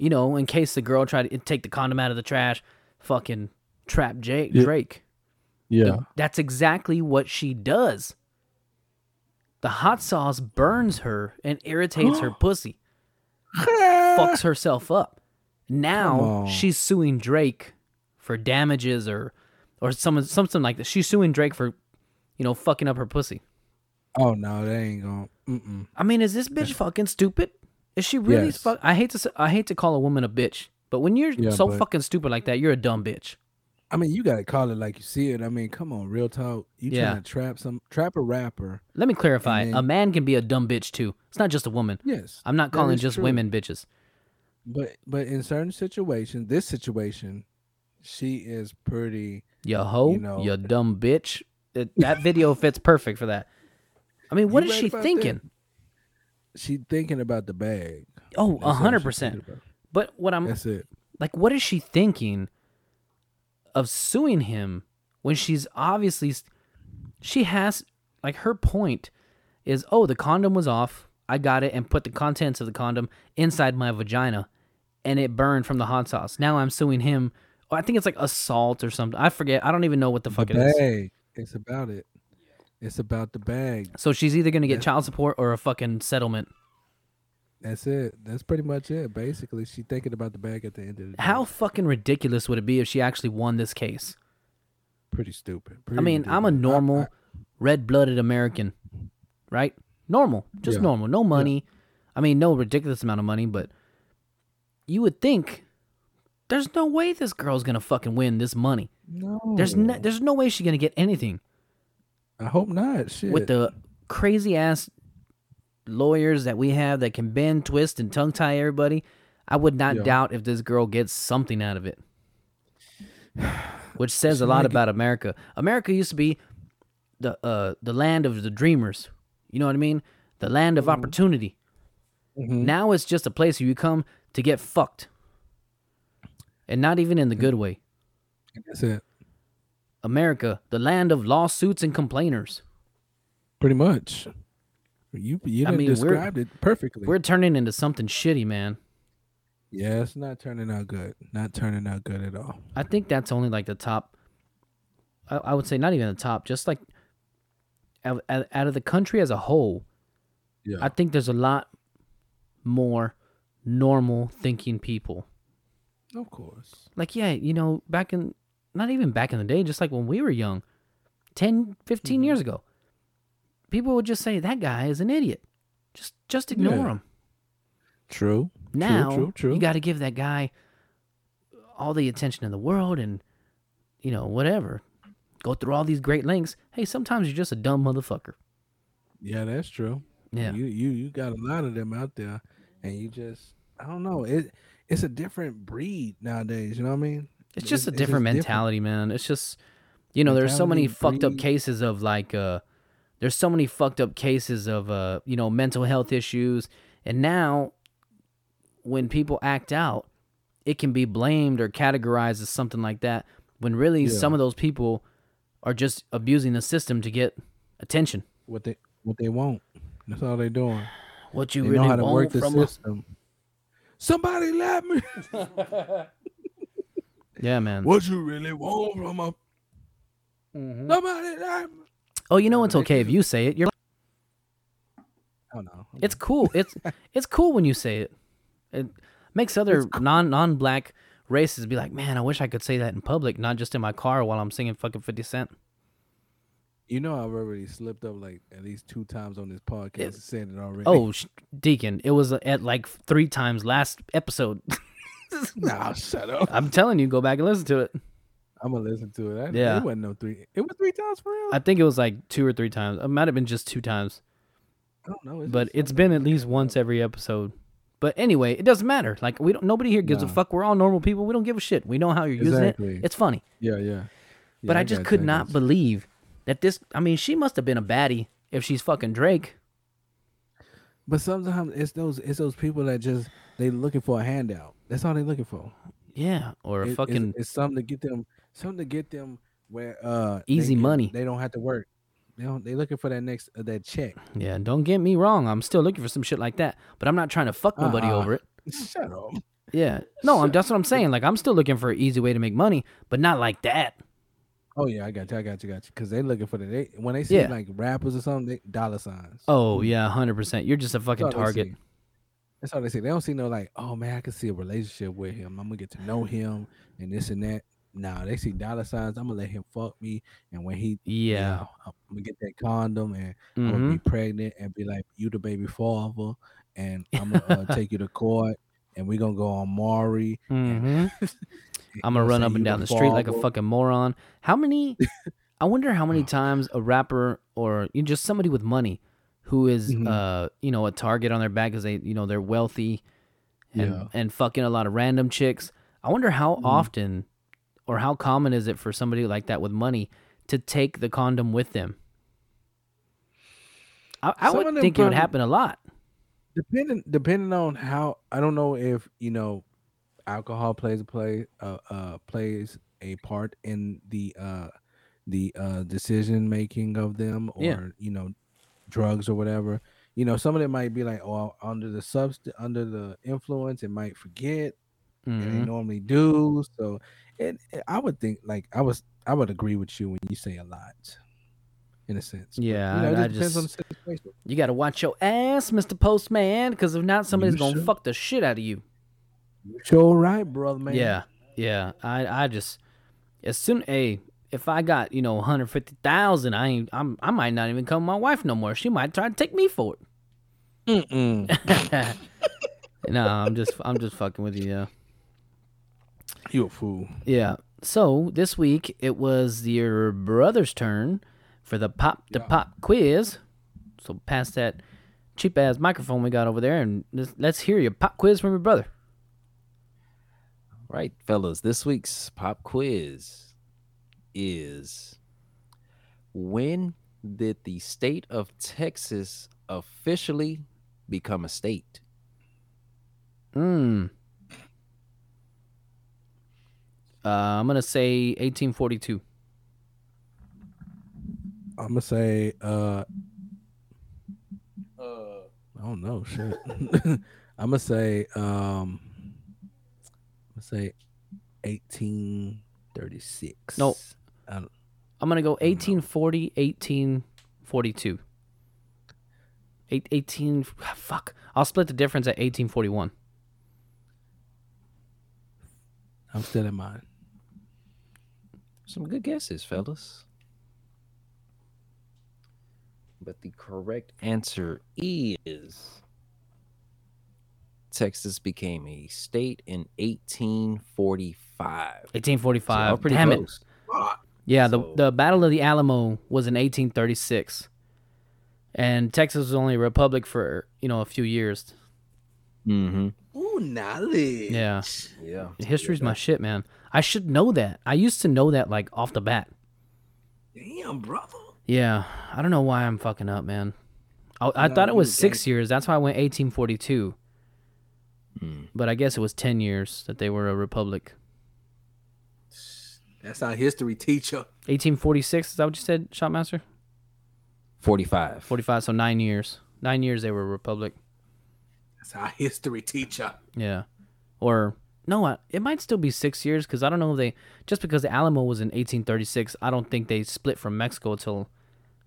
S2: You know, in case the girl tried to take the condom out of the trash, fucking trap Jake
S3: Yeah.
S2: Drake.
S3: Yeah.
S2: That's exactly what she does. The hot sauce burns her and irritates her pussy, fucks herself up. Now
S3: on.
S2: she's suing Drake for damages or or some something like that. She's suing Drake for, you know, fucking up her pussy.
S3: Oh no, they ain't going. Mm-mm.
S2: I mean, is this bitch fucking stupid? Is she really
S3: Yes.
S2: fuck? I hate to s- I hate to call a woman a bitch, but when you're
S3: Yeah,
S2: so
S3: but-
S2: fucking stupid like that, you're a dumb bitch.
S3: I mean, you gotta call it like you see it. I mean, come on, real talk. You
S2: Yeah.
S3: trying to trap some trap a rapper?
S2: Let me clarify:
S3: And
S2: a man can be a dumb bitch too. It's not just a woman.
S3: Yes,
S2: I'm not
S3: That
S2: calling
S3: is
S2: just
S3: true.
S2: women bitches.
S3: but but in certain situations, this situation, she is pretty.
S2: You hoe, you,
S3: You know-
S2: dumb bitch. It, that video fits perfect for that. I mean, what
S3: You
S2: is
S3: right
S2: she
S3: about that.
S2: thinking?
S3: She thinking about the bag.
S2: Oh,
S3: That's
S2: a
S3: all she
S2: hundred
S3: thinking
S2: percent.
S3: about.
S2: But what I'm
S3: That's it.
S2: like, what is she thinking of suing him when she's obviously she has like her point is oh the condom was off I got it and put the contents of the condom inside my vagina and it burned from the hot sauce. Now I'm suing him. Oh, I think it's like assault or something. I forget. I don't even know what the
S3: The
S2: fuck it is.
S3: bag. It's about it. It's about the bag.
S2: So she's either gonna get
S3: Yeah.
S2: child support or a fucking settlement.
S3: That's it. That's pretty much it. Basically, she thinking about the bag at the end of the day.
S2: How fucking ridiculous would it be if she actually won this case?
S3: Pretty stupid.
S2: I mean, I'm a normal, red-blooded American, right? Normal, just
S3: Yeah.
S2: normal. No money. I mean, no ridiculous amount of money, but you would think there's no way this girl's gonna fucking win this money.
S3: no.
S2: There's no, there's no way she's gonna get anything
S3: I hope not. Shit.
S2: with the crazy ass lawyers that we have that can bend, twist, and tongue tie everybody. I would not
S3: Yeah.
S2: doubt if this girl gets something out of it, which says a
S3: She
S2: lot
S3: might
S2: about America. America used to be the uh, the land of the dreamers. You know what I mean? The land of
S3: Mm-hmm.
S2: opportunity.
S3: Mhm.
S2: Now it's just a place where you come to get fucked, and not even in the good way.
S3: That's it.
S2: America, the land of lawsuits and complainers.
S3: Pretty much. You you
S2: I
S3: done
S2: mean, we're-
S3: described it perfectly.
S2: We're turning into something shitty, man.
S3: yeah, it's not turning out good. Not turning out good at all.
S2: I think that's only like the top. I, I would say not even the top, just like out, out out of the country as a whole.
S3: Yeah.
S2: I think there's a lot more normal thinking people.
S3: of course.
S2: Like, yeah, you know, back in, not even back in the day, just like when we were young, 10,
S3: Mm-hmm.
S2: 15 years ago, people would just say, that guy is an idiot. Just, just ignore
S3: Yeah.
S2: him.
S3: True.
S2: Now,
S3: true, true.
S2: you got to give that guy all the attention in the world and, you know, whatever. Go through all these great lengths. Hey, sometimes you're just a dumb motherfucker.
S3: Yeah, that's true.
S2: Yeah.
S3: You you you got a lot of them out there and you just I don't know. It it's a different breed nowadays, you know what I mean?
S2: it's just a
S3: just
S2: different mentality, man. It's just, you know, there's so many
S3: Mentality,
S2: fucked up
S3: breed.
S2: cases of like, uh, there's so many fucked up cases of, uh, you know, mental health issues. And now when people act out, it can be blamed or categorized as something like that. When really
S3: Yeah.
S2: some of those people are just abusing the system to get attention.
S3: What they what they want. That's all they're doing.
S2: What you
S3: they
S2: really
S3: know how to
S2: want
S3: work the
S2: from us.
S3: system. Somebody let me.
S2: Yeah, man.
S3: what you really want from a
S2: Mhm.
S3: somebody let me.
S2: Oh, you know
S3: Yeah,
S2: it's
S3: they
S2: okay if
S3: do.
S2: you say it. You're
S3: Oh no.
S2: It's cool. It's it's cool when you say it. It makes other non non black races be like, man, I wish I could say that in public, not just in my car while I'm singing fucking Fifty Cent.
S3: You know I've already slipped up like at least two times on this podcast
S2: It-
S3: and said it already.
S2: Oh, sh- Deacon, it was at like three times last episode.
S3: nah, shut up.
S2: I'm telling you, go back and listen to it.
S3: I'm gonna listen to it. I,
S2: Yeah.
S3: yeah, it wasn't no three. It was three times for real.
S2: I think it was like two or three times. It might have been just two times,
S3: I don't know.
S2: but
S3: just
S2: it's
S3: something
S2: been
S3: like
S2: at least
S3: that.
S2: once every episode. But anyway, it doesn't matter. Like we don't. Nobody here gives a
S3: Nah.
S2: fuck. We're all normal people. We don't give a shit. We know how you're using
S3: Exactly.
S2: it. It's funny.
S3: Yeah, yeah. Yeah,
S2: But I just
S3: got
S2: could
S3: you, I
S2: not
S3: got you.
S2: believe that this. I mean, she must have been a baddie if she's fucking Drake.
S3: But sometimes it's those it's those people that just they looking for a handout. That's all they looking for.
S2: Yeah, or
S3: It-
S2: a
S3: it's-
S2: fucking
S3: It's, something to get them something to get them where uh they
S2: Easy
S3: can-
S2: money.
S3: They don't have to work. They don't, they looking for that next uh, that check.
S2: Yeah, and don't get me wrong. I'm still looking for some shit like that, but I'm not trying to fuck nobody
S3: Uh-uh.
S2: over it.
S3: Shut up.
S2: Yeah. No, I'm, that's what I'm saying. Like, I'm still looking for an easy way to make money, but not like that.
S3: Oh yeah, I got you. I got you. Got you. Because they looking for the they when they see
S2: Yeah.
S3: like rappers or something, they dollar signs.
S2: Oh, yeah, 100%. You're just a
S3: That's
S2: fucking
S3: all they
S2: target.
S3: see. That's all they see. They don't see no like, oh man, I can see a relationship with him. I'm gonna get to know him and this and that. Nah, they see dollar signs. I'm gonna let him fuck me, and when he,
S2: Yeah.
S3: I'm gonna get that condom and I'm
S2: hmm
S3: gonna be pregnant and be like, you the baby father, and I'm gonna uh, take you to court, and we gonna go on Maury. eh,
S2: hmm
S3: and
S2: I'm gonna run
S3: say
S2: up
S3: you
S2: and down the street like a
S3: father.
S2: fucking moron. How many? I wonder how many times a rapper or you know, just somebody with money who is,
S3: Mhm.
S2: uh, you know, a target on their back because they, you know, they're wealthy and
S3: Yeah.
S2: and fucking a lot of random chicks. I wonder how
S3: Mhm.
S2: often or how common is it for somebody like that with money to take the condom with them. I, I
S3: Some
S2: would
S3: of them
S2: think it would
S3: probably-
S2: happen a lot.
S3: depending depending on how I don't know if you know alcohol plays a play uh, uh plays a part in the uh the uh decision making of them or
S2: Yeah.
S3: you know drugs or whatever you know some of them might be like oh under the substance under the influence it might forget and they
S2: Mhm.
S3: normally do so and and I would think like I was I would agree with you when you say a lot in a sense but,
S2: Yeah,
S3: you know, it
S2: I- I
S3: just depends on the situation
S2: You gotta watch your ass, Mr. Postman, because if not, somebody's
S3: You
S2: gonna
S3: should.
S2: fuck the shit out of you.
S3: sure right brother man
S2: Yeah, yeah. I I just as soon a if I got you know one hundred fifty thousand, I ain't I'm I might not even come my wife no more. She might try to take me for
S3: Mm-mm.
S2: it. no, I'm just I'm just fucking with you. Yeah,
S3: You a fool.
S2: yeah. So this week it was your brother's turn for the pop to
S3: Yeah.
S2: pop quiz. So pass that cheap ass microphone we got over there, and let's, let's hear your pop quiz from your brother.
S4: Right, fellas, this week's pop quiz is when did the state of Texas officially become a state?
S2: Mm. Uh, I'm gonna say 1842.
S3: I'm gonna say uh uh I don't know shit. I'm gonna say um I'm gonna say 1836.
S2: No.
S3: I don't-
S2: I'm gonna go
S3: no.
S2: 1840, 1842. Eight, 18. Fuck. I'll split the difference at 1841.
S3: I'm still in mine.
S4: Some good guesses, fellas. But the correct answer is Texas became a state in 1845. So
S2: 1845.
S4: y'all pretty
S2: Damn it.
S4: close.
S2: Yeah.
S4: So-
S2: The the Battle of the Alamo was in 1836, and Texas was only a republic for you know a few years.
S4: Mm-hmm.
S3: Ooh, knowledge.
S2: Yeah.
S4: Yeah.
S2: History's my shit, man. I should know that. I used to know that like off the bat.
S3: Damn, brother.
S2: Yeah, I don't know why I'm fucking up, man. I, I
S3: No,
S2: thought it
S3: you
S2: was
S3: were
S2: six years. That's why I went 1842,
S3: Hmm.
S4: Mm.
S2: but I guess it was 10 years that they were a republic.
S3: That's our history teacher.
S2: 1846, is that what you said, Shotmaster?
S4: 45.
S2: 45, so nine years. Nine years they were a republic.
S3: That's our history teacher.
S2: Yeah. Or, no, I- it might still be six years because I don't know if they, just because the Alamo was in 1836, I don't think they split from Mexico till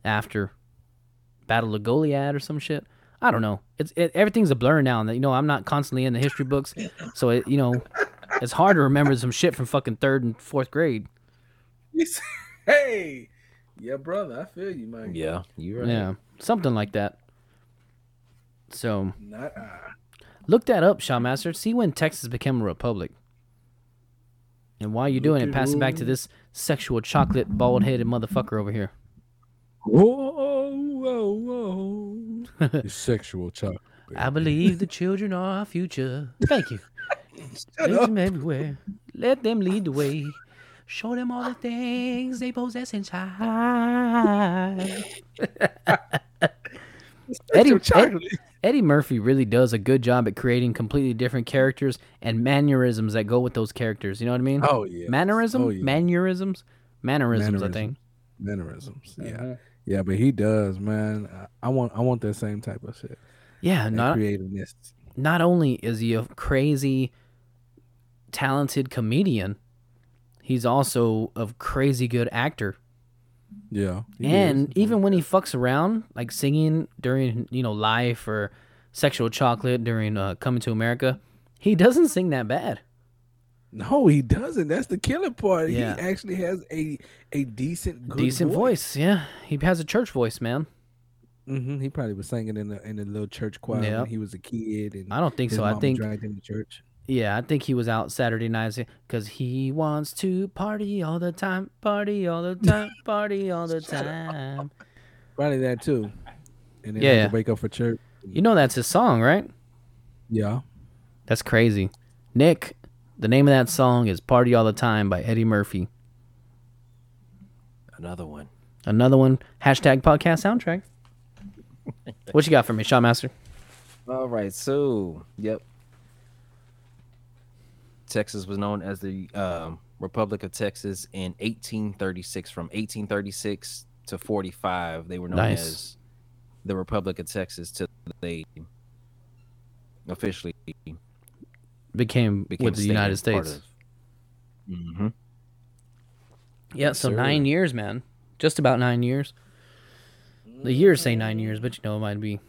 S2: after Battle of Goliad or some shit. I don't know. It's it, everything's a blur now, and you know I'm not constantly in the history books, so it, you know it's hard to remember some shit from fucking third and fourth grade.
S3: hey, yeah, brother. I feel you, man.
S4: Yeah, you're right.
S2: Yeah, something like that. So
S3: Not, uh,
S2: look that up, Shawmaster. See when Texas became a republic. And while you're doing it, pass it back to this sexual chocolate bald headed motherfucker over here.
S3: Whoa, whoa, whoa. It's sexual chocolate.
S2: I believe the children are our future. Thank you. Raise them everywhere. Let them lead the way. Show them all the things they possess inside. Eddie, Ed- Eddie Murphy really does a good job at creating completely different characters and mannerisms that go with those characters. You know what I mean?
S3: Oh yeah.
S2: Mannerism?
S3: Oh, yeah.
S2: Mannerisms? Mannerisms, I
S3: Mannerisms.
S2: think. Uh-huh. Mm-hmm.
S3: Mannerisms. Yeah. Yeah, but he does, man. I- I want I want that same type of shit.
S2: Yeah,
S3: that
S2: not
S3: creativeness.
S2: not only is he a crazy talented comedian, he's also a crazy good actor.
S3: Yeah. he
S2: and
S3: is.
S2: even when he fucks around, like singing during you know Life or Sexual Chocolate during uh, Coming to America, he doesn't sing that bad.
S3: No, he doesn't. That's the killer part.
S2: Yeah.
S3: He actually has a a decent good
S2: Decent voice. yeah. He has a church voice, man.
S3: hmm He probably was singing in the in the little church choir
S2: Yeah.
S3: when he was a kid, and
S2: I don't think
S3: his
S2: so. I
S3: mama
S2: think
S3: dragged him to church.
S2: yeah, I think he was out Saturday nights because he wants to party all the time, party all the time, party all the time.
S3: Probably that too. And then
S2: Yeah,
S3: had to
S2: yeah.
S3: wake up for church.
S2: You know that's his song, right?
S3: Yeah.
S2: That's crazy. Nick, the name of that song is Party All the Time by Eddie Murphy.
S4: Another one.
S2: Another one, hashtag podcast soundtrack. What you got for me, Shot Master?
S4: All right, so yep. Texas was known as the um, Republic of Texas in 1836. From 1836 to 45, they were known
S2: Nice.
S4: as the Republic of Texas till they officially
S2: Became,
S4: became
S2: with
S4: a
S2: the
S4: state
S2: United
S4: and part
S2: States.
S4: of- Mhm.
S2: Yeah, so
S4: sir.
S2: nine years, man. Just about nine years. The years say nine years, but you know it might be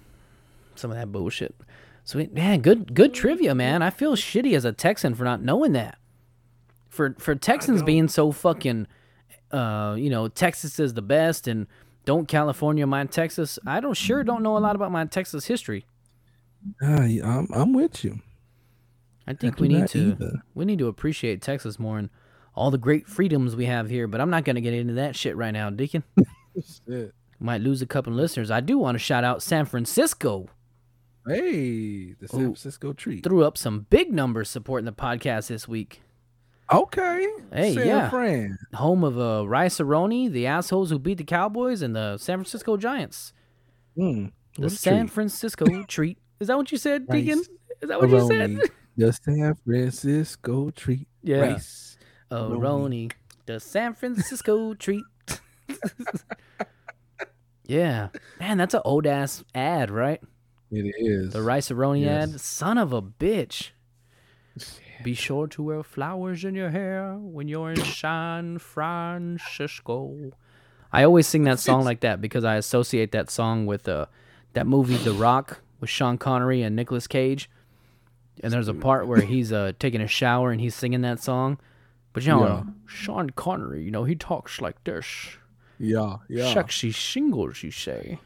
S2: some of that bullshit. So it- man, good good trivia, man. I feel shitty as a Texan for not knowing that. For for Texans being so fucking, uh, you know, Texas is the best, and don't California mind Texas. I don't sure don't know a lot about my Texas history.
S3: Ah, yeah, I'm I'm with you.
S2: I think
S3: do
S2: we need
S3: not
S2: to
S3: either.
S2: we need to appreciate Texas more and all the great freedoms we have here. But I'm not gonna get into that shit right now, Deacon.
S3: Shit.
S2: Might lose a couple of listeners. I do want to shout out San Francisco.
S3: Hey, the San
S2: Ooh.
S3: Francisco treat.
S2: Threw up some big numbers supporting the podcast this week.
S3: Okay.
S2: Hey,
S3: San
S2: yeah.
S3: Fran.
S2: Home of uh, Rice Aroni, the assholes who beat the Cowboys, and the San Francisco Giants.
S3: Mm,
S2: The
S3: what a
S2: San
S3: treat.
S2: Francisco treat. Is that what you said,
S3: Rice
S2: Deacon? Is that what you said?
S3: Aroni, The San Francisco treat.
S2: Yeah.
S3: Rice.
S2: Aroni, the San Francisco treat. yeah. Man, that's an old ass ad, right?
S3: It is.
S2: The Rice Aroni
S3: Yes.
S2: ad. Son of a bitch. Be sure to wear flowers in your hair when you're in San Francisco. I always sing that song like that because I associate that song with uh, that movie The Rock with Sean Connery and Nicolas Cage. And
S3: Mm.
S2: there's a part where he's uh, taking a shower and he's singing that song. But you know,
S3: Yeah.
S2: Sean Connery, you know, he talks like this.
S3: Yeah. Yeah.
S2: Sexy singles, you say.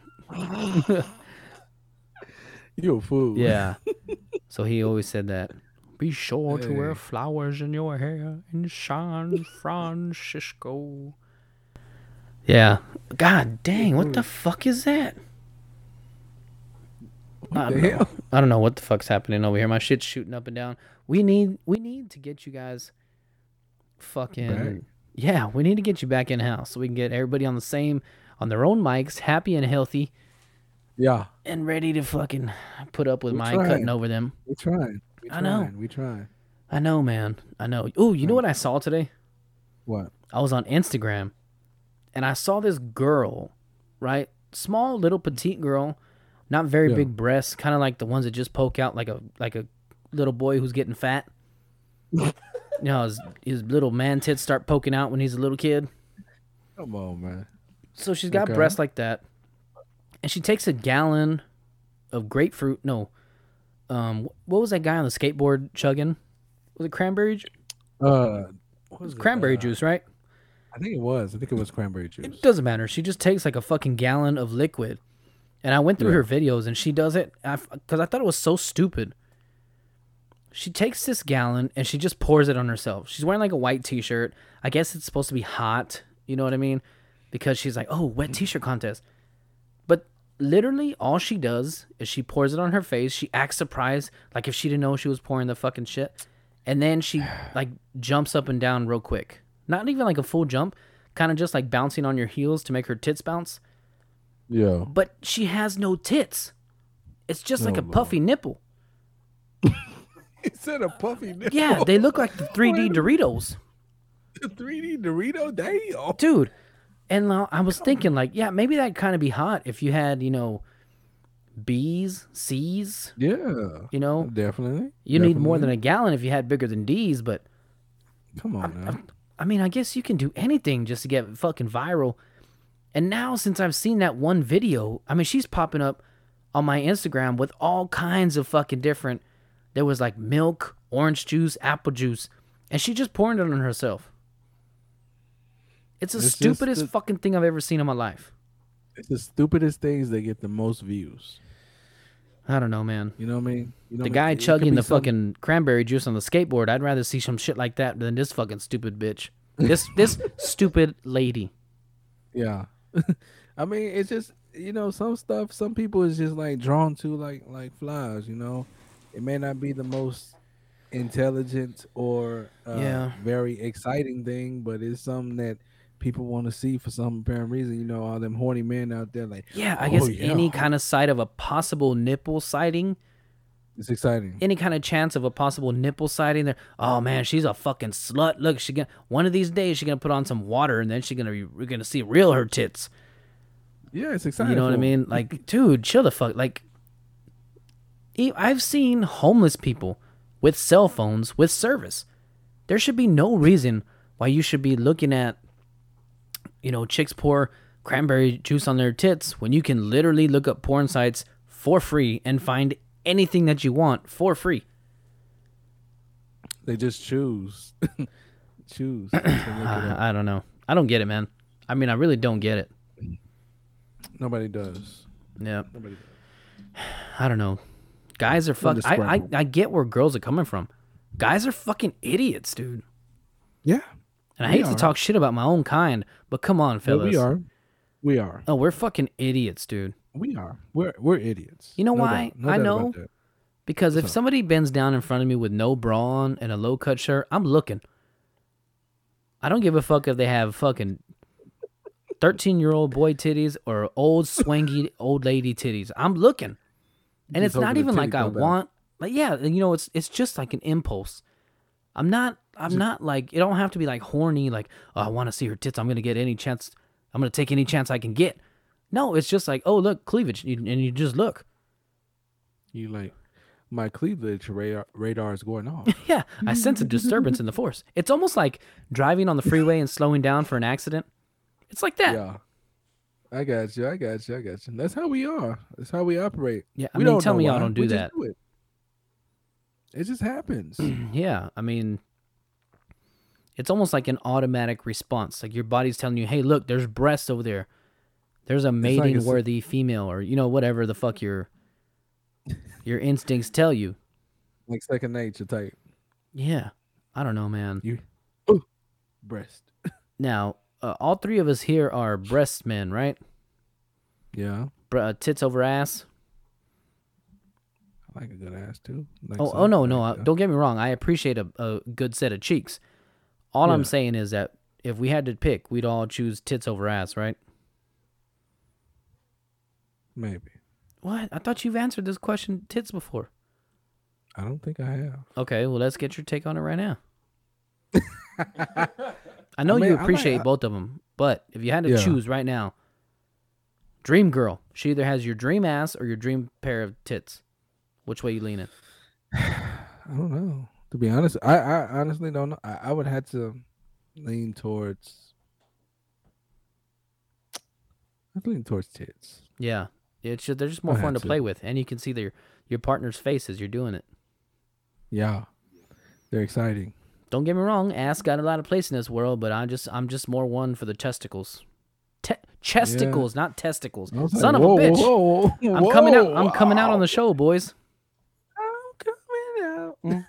S3: You a fool.
S2: Yeah. so he always said that. Be sure to wear
S3: Hey.
S2: flowers in your hair in San Francisco. Yeah. God dang, what the fuck is that? I
S3: What the
S2: don't know.
S3: hell?
S2: I don't know what the fuck's happening over here. My shit's shooting up and down. We need we need to get you guys fucking
S3: Back.
S2: Yeah, we need to get you back in house so we can get everybody on the same on their own mics, happy and healthy
S3: Yeah.
S2: and ready to fucking put up with
S3: We're
S2: my
S3: trying.
S2: cutting over them.
S3: We trying. We
S2: I know.
S3: trying, We trying.
S2: I know, man. I know. Oh, you know what I saw today?
S3: What?
S2: I was on Instagram and I saw this girl, right? Small little petite girl, not very
S3: Yeah.
S2: big breasts, kind of like the ones that just poke out like a like a little boy who's getting fat. you know, his, his little man tits start poking out when he's a little kid.
S3: Come on, man.
S2: So she's got
S3: Okay.
S2: breasts like that. And she takes a gallon of grapefruit. No. Um what was that guy on the skateboard chugging? Was it cranberry ju-
S3: Uh, what was it?
S2: cranberry
S3: Uh,
S2: juice, right?
S3: I think it was. I think it was cranberry juice.
S2: It doesn't matter. She just takes like a fucking gallon of liquid. And I went through her videos and she does it because I thought it was so stupid. She takes this gallon and she just pours it on herself. She's wearing like a white t shirt. I guess it's supposed to be hot. You know what I mean? Because she's like, oh, wet t shirt contest. But literally, all she does is she pours it on her face. She acts surprised, like if she didn't know she was pouring the fucking shit. And then she like jumps up and down real quick. Not even like a full jump, kind of just like bouncing on your heels to make her tits bounce.
S3: Yeah.
S2: But she has no tits. It's just like a
S3: Oh, Lord.
S2: puffy nipple.
S3: He said a puffy nipple.
S2: Yeah, they look like the 3D Doritos.
S3: The 3D Dorito. Damn.
S2: Dude, And now I was thinking, like, yeah, maybe that'd kind of be hot if you had, you know, B's, C's,
S3: Yeah,
S2: you know.
S3: definitely.
S2: Oh. You need more than a gallon if you had bigger than D's, but
S3: a. Come on now.
S2: I mean, I guess you can do anything just to get fucking viral. And now, since I've seen that one video, I mean, she's popping up on my Instagram with all kinds of fucking different. There was like milk, orange juice, apple juice, and she just poured it on herself. It's the
S3: It's just
S2: stupidest
S3: the-
S2: fucking thing I've ever seen in my life.
S3: It's the stupidest things that get the most views.
S2: I don't know, man.
S3: You know what I mean? You
S2: The
S3: know what I mean?
S2: guy
S3: It could
S2: chugging
S3: be
S2: the
S3: something-
S2: fucking cranberry juice on the skateboard. I'd rather see some shit like that than this fucking stupid bitch. This this stupid lady.
S3: Yeah. I mean, it's just you know some stuff. Some people is just like drawn to like like flies. You know, it may not be the most intelligent or uh,
S2: Yeah.
S3: very exciting thing, but it's something that people want to see for some apparent reason. You know, all them horny men out there like
S2: Yeah, I
S3: Oh,
S2: guess
S3: yeah.
S2: any kind of sight of a possible nipple sighting,
S3: it's exciting.
S2: any kind of chance of a possible nipple sighting there. Oh man, she's a fucking slut. Look, she gonna one of these days she gonna put on some water and then she gonna be we're gonna see real her tits.
S3: Yeah, it's exciting.
S2: You know what I
S3: for 'em.
S2: mean? Like, dude, chill the fuck. Like, e- I've seen homeless people with cell phones with service. There should be no reason why you should be looking at, you know, chicks pour cranberry juice on their tits when you can literally look up porn sites for free and find anything that you want for free.
S3: They just choose, choose. to look at it.
S2: I, I don't know. I don't get it, man. I mean, I really don't get it.
S3: Nobody does.
S2: Yeah.
S3: Nobody does.
S2: I don't know. Guys are fuck. I, I
S3: Indescribable.
S2: I get where girls are coming from. Guys are fucking idiots, dude.
S3: Yeah,
S2: And I
S3: We
S2: hate
S3: are.
S2: to talk shit about my own kind, but come on,
S3: but
S2: fellas.
S3: we are, we are,
S2: Oh, we're fucking idiots, dude.
S3: we are. We're we're idiots.
S2: You know
S3: No
S2: why?
S3: doubt. No
S2: I
S3: doubt
S2: know.
S3: about that.
S2: Because if somebody bends down in front of me with no bra on and a low cut shirt, I'm looking. I don't give a fuck if they have fucking 13 year old boy titties or old swangy old lady titties. I'm looking. And it's
S3: Just
S2: not
S3: hoping the
S2: even
S3: titty
S2: like I
S3: come out.
S2: want, like, yeah, and you know, it's it's just like an impulse. I'm not, I'm not like, it don't have to be like horny, like, oh, I want to see her tits. I'm going to get any chance. I'm going to take any chance I can get. No, it's just like, oh, look, cleavage. you- And you just look.
S3: You like my Cleveland radar, radar is going off.
S2: Yeah, I sense a disturbance in the force. It's almost like driving on the freeway and slowing down for an accident. It's like that. Yeah,
S3: yeah, I got you. I got you. I got you. That's how we are. That's how we operate.
S2: I
S3: we
S2: mean, tell
S3: know
S2: me
S3: why.
S2: y'all don't do
S3: We just
S2: that.
S3: it. It just happens.
S2: Yeah, I mean, it's almost like an automatic response. Like your body's telling you, hey, look, there's breasts over there. There's a
S3: like
S2: mating
S3: it's-
S2: worthy female, or, you know, whatever the fuck your your instincts tell you.
S3: like second nature type
S2: Yeah, I don't know, man.
S3: breast.
S2: Now, uh, all three of us here are breast men, right?
S3: Yeah,
S2: Bre- uh, tits over ass.
S3: I like a good ass too. Like
S2: Oh,
S3: some-
S2: oh no, no.
S3: like,
S2: uh,
S3: uh,
S2: Don't get me wrong. I appreciate a, a good set of cheeks. All I'm
S3: Yeah.
S2: saying is that if we had to pick, we'd all choose tits over ass, right?
S3: maybe.
S2: What? I thought you've answered this question tits before.
S3: I don't think I have.
S2: Okay, well, let's get your take on it right now. I uh, know
S3: mean, I
S2: you
S3: might-
S2: appreciate
S3: I-
S2: both of them, but if you had to
S3: Yeah.
S2: choose right now, dream girl, she either has your dream ass or your dream pair of tits. Which way you leaning?
S3: I don't know. To be honest, I, I honestly don't know. I, I would have to lean towards. I'd lean towards tits.
S2: Yeah, it's just, they're just more
S3: I
S2: fun
S3: had
S2: to,
S3: to.
S2: play with, and you can see their your partner's face as you're doing it.
S3: Yeah, they're exciting.
S2: Don't get me wrong, ass got a lot of place in this world, but I just I'm just more one for the testicles. Te- chesticles, not testicles.
S3: I was like,
S2: Son of
S3: "Whoa,
S2: a bitch.
S3: whoa, whoa,
S2: I'm coming out
S3: whoa,
S2: I'm coming out on the
S3: wow.
S2: show, boys.
S3: I'm
S2: Mm.
S3: coming out.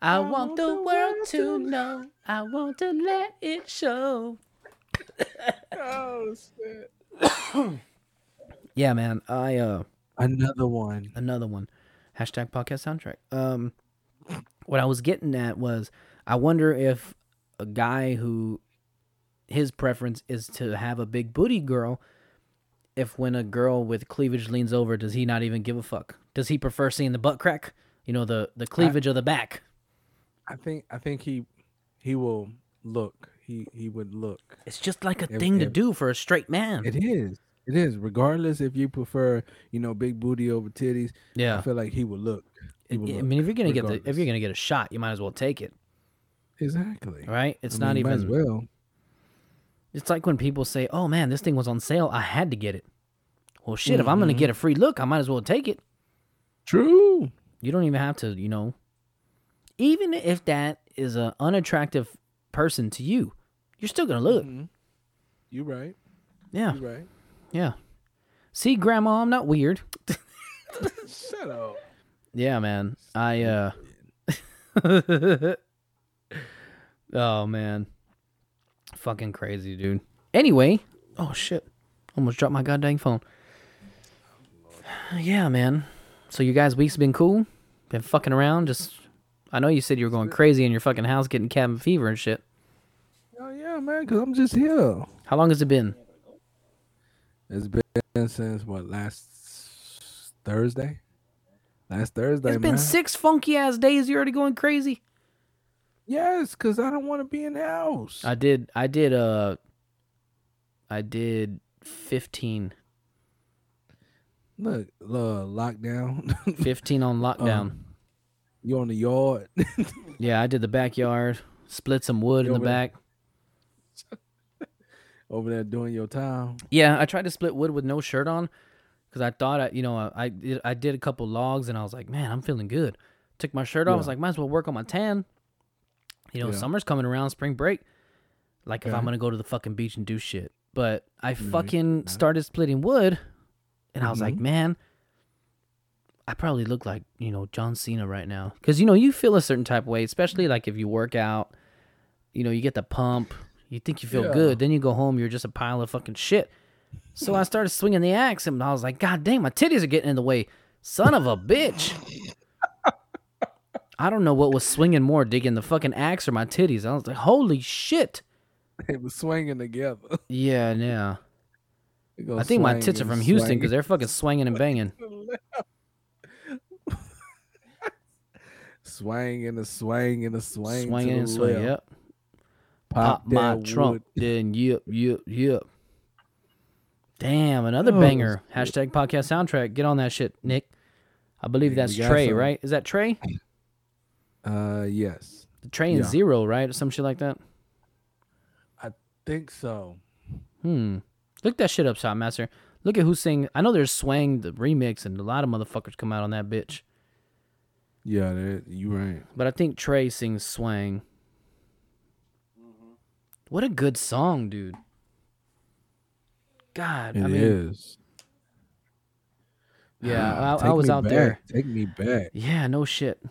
S2: I,
S3: I
S2: want,
S3: want
S2: the
S3: the
S2: world,
S3: world
S2: to
S3: to
S2: know. I want to let it show.
S3: oh shit!
S2: Yeah, man. I uh
S3: Another one.
S2: another one. Hashtag podcast soundtrack. Um, what I was getting at was I wonder if a guy who his preference is to have a big booty girl, if when a girl with cleavage leans over, does he not even give a fuck? Does he prefer seeing the butt crack? You know, the the cleavage of the back.
S3: I think I think he he will look. he he would look.
S2: It's just like a
S3: Ev-
S2: thing to
S3: ev-
S2: do for a straight man.
S3: It is. It is. Regardless if you prefer, you know, big booty over titties, I
S2: yeah.
S3: feel like he would look. He
S2: I
S3: would
S2: I
S3: look.
S2: mean, if you're gonna get the, if you're
S3: regardless.
S2: gonna get a shot, you might as well take it,
S3: exactly.
S2: right? It's
S3: I
S2: not
S3: mean, might
S2: even.
S3: as well.
S2: It's like when people say, "Oh man, this thing was on sale. I had to get it." Well, shit. If I'm gonna get a free look, I might as well take it.
S3: True.
S2: You don't even have to, you know. Even if that is an unattractive person to you, you're still gonna look.
S3: You right.
S2: Yeah,
S3: You right.
S2: yeah. See, Grandma, I'm not weird.
S3: Shut up.
S2: Yeah, man. I uh Oh man. Fucking crazy, dude. Anyway, oh shit. Almost dropped my goddamn phone. Yeah, man. So you guys week's been cool? Been fucking around just I know you said you were going crazy in your fucking house getting cabin fever and shit.
S3: Oh yeah, man, because I'm just here.
S2: How long has it been?
S3: It's been since what last Thursday? Last Thursday,
S2: it's been
S3: man.
S2: six funky ass days. You're already going crazy.
S3: Yes, because I don't want to be in the house.
S2: I did. I did. Uh, I did fifteen.
S3: Look, look, lockdown.
S2: Fifteen on lockdown.
S3: you on the yard.
S2: Yeah, I did the backyard, split some wood in
S3: You
S2: the
S3: over there?
S2: back.
S3: over there doing your time.
S2: Yeah, I tried to split wood with no shirt on because I thought I, you know, I I did, I did a couple logs and I was like, man, I'm feeling good. Took my shirt off. I was
S3: Yeah.
S2: like, might as well work on my tan. You know,
S3: Yeah.
S2: summer's coming around, spring break. Like if I'm
S3: Okay. Mm-hmm.
S2: gonna go to the fucking beach and do shit, but I fucking started splitting wood, and I was like, man, I probably look like you know John Cena right now because you know you feel a certain type of way, especially
S3: Mm.
S2: like if you work out. You know, you get the pump. You think you feel
S3: Yeah.
S2: good, then you go home, you're just a pile of fucking shit. So I started swinging the axe, and I was like, God dang, my titties are getting in the way. Son of a bitch. I don't know what was swinging more, digging the fucking axe or my titties. I was like, holy shit.
S3: It was swinging together.
S2: Yeah, yeah. I think my tits are from Houston because they're fucking swinging and banging.
S3: swang and a swang and a swang. to
S2: Swinging
S3: the
S2: and swinging.
S3: left.
S2: Yep.
S3: Pop,
S2: Pop my
S3: that
S2: trunk.
S3: wood.
S2: Then yep, yep, yep. Damn, another
S3: Oh,
S2: banger. Hashtag podcast soundtrack. Get on that shit, Nick. I believe
S3: Nick,
S2: that's
S3: we got
S2: Trey,
S3: some.
S2: right? Is that Trey?
S3: Uh, yes,
S2: The Trey and
S3: Yeah.
S2: Zero, right? Or some shit like that.
S3: think so.
S2: Hmm. Look that shit up, Shotmaster. Look at who's sing. I know there's Swang the remix, and a lot of motherfuckers come out on that bitch.
S3: Yeah, that, you right.
S2: But I think Trey sings Swang.
S3: Mm-hmm.
S2: What a good song, dude. God,
S3: It is. Ah,
S2: I mean, yeah, I, I
S3: Take
S2: was
S3: me
S2: out
S3: back.
S2: there.
S3: Take me back.
S2: Yeah, no shit.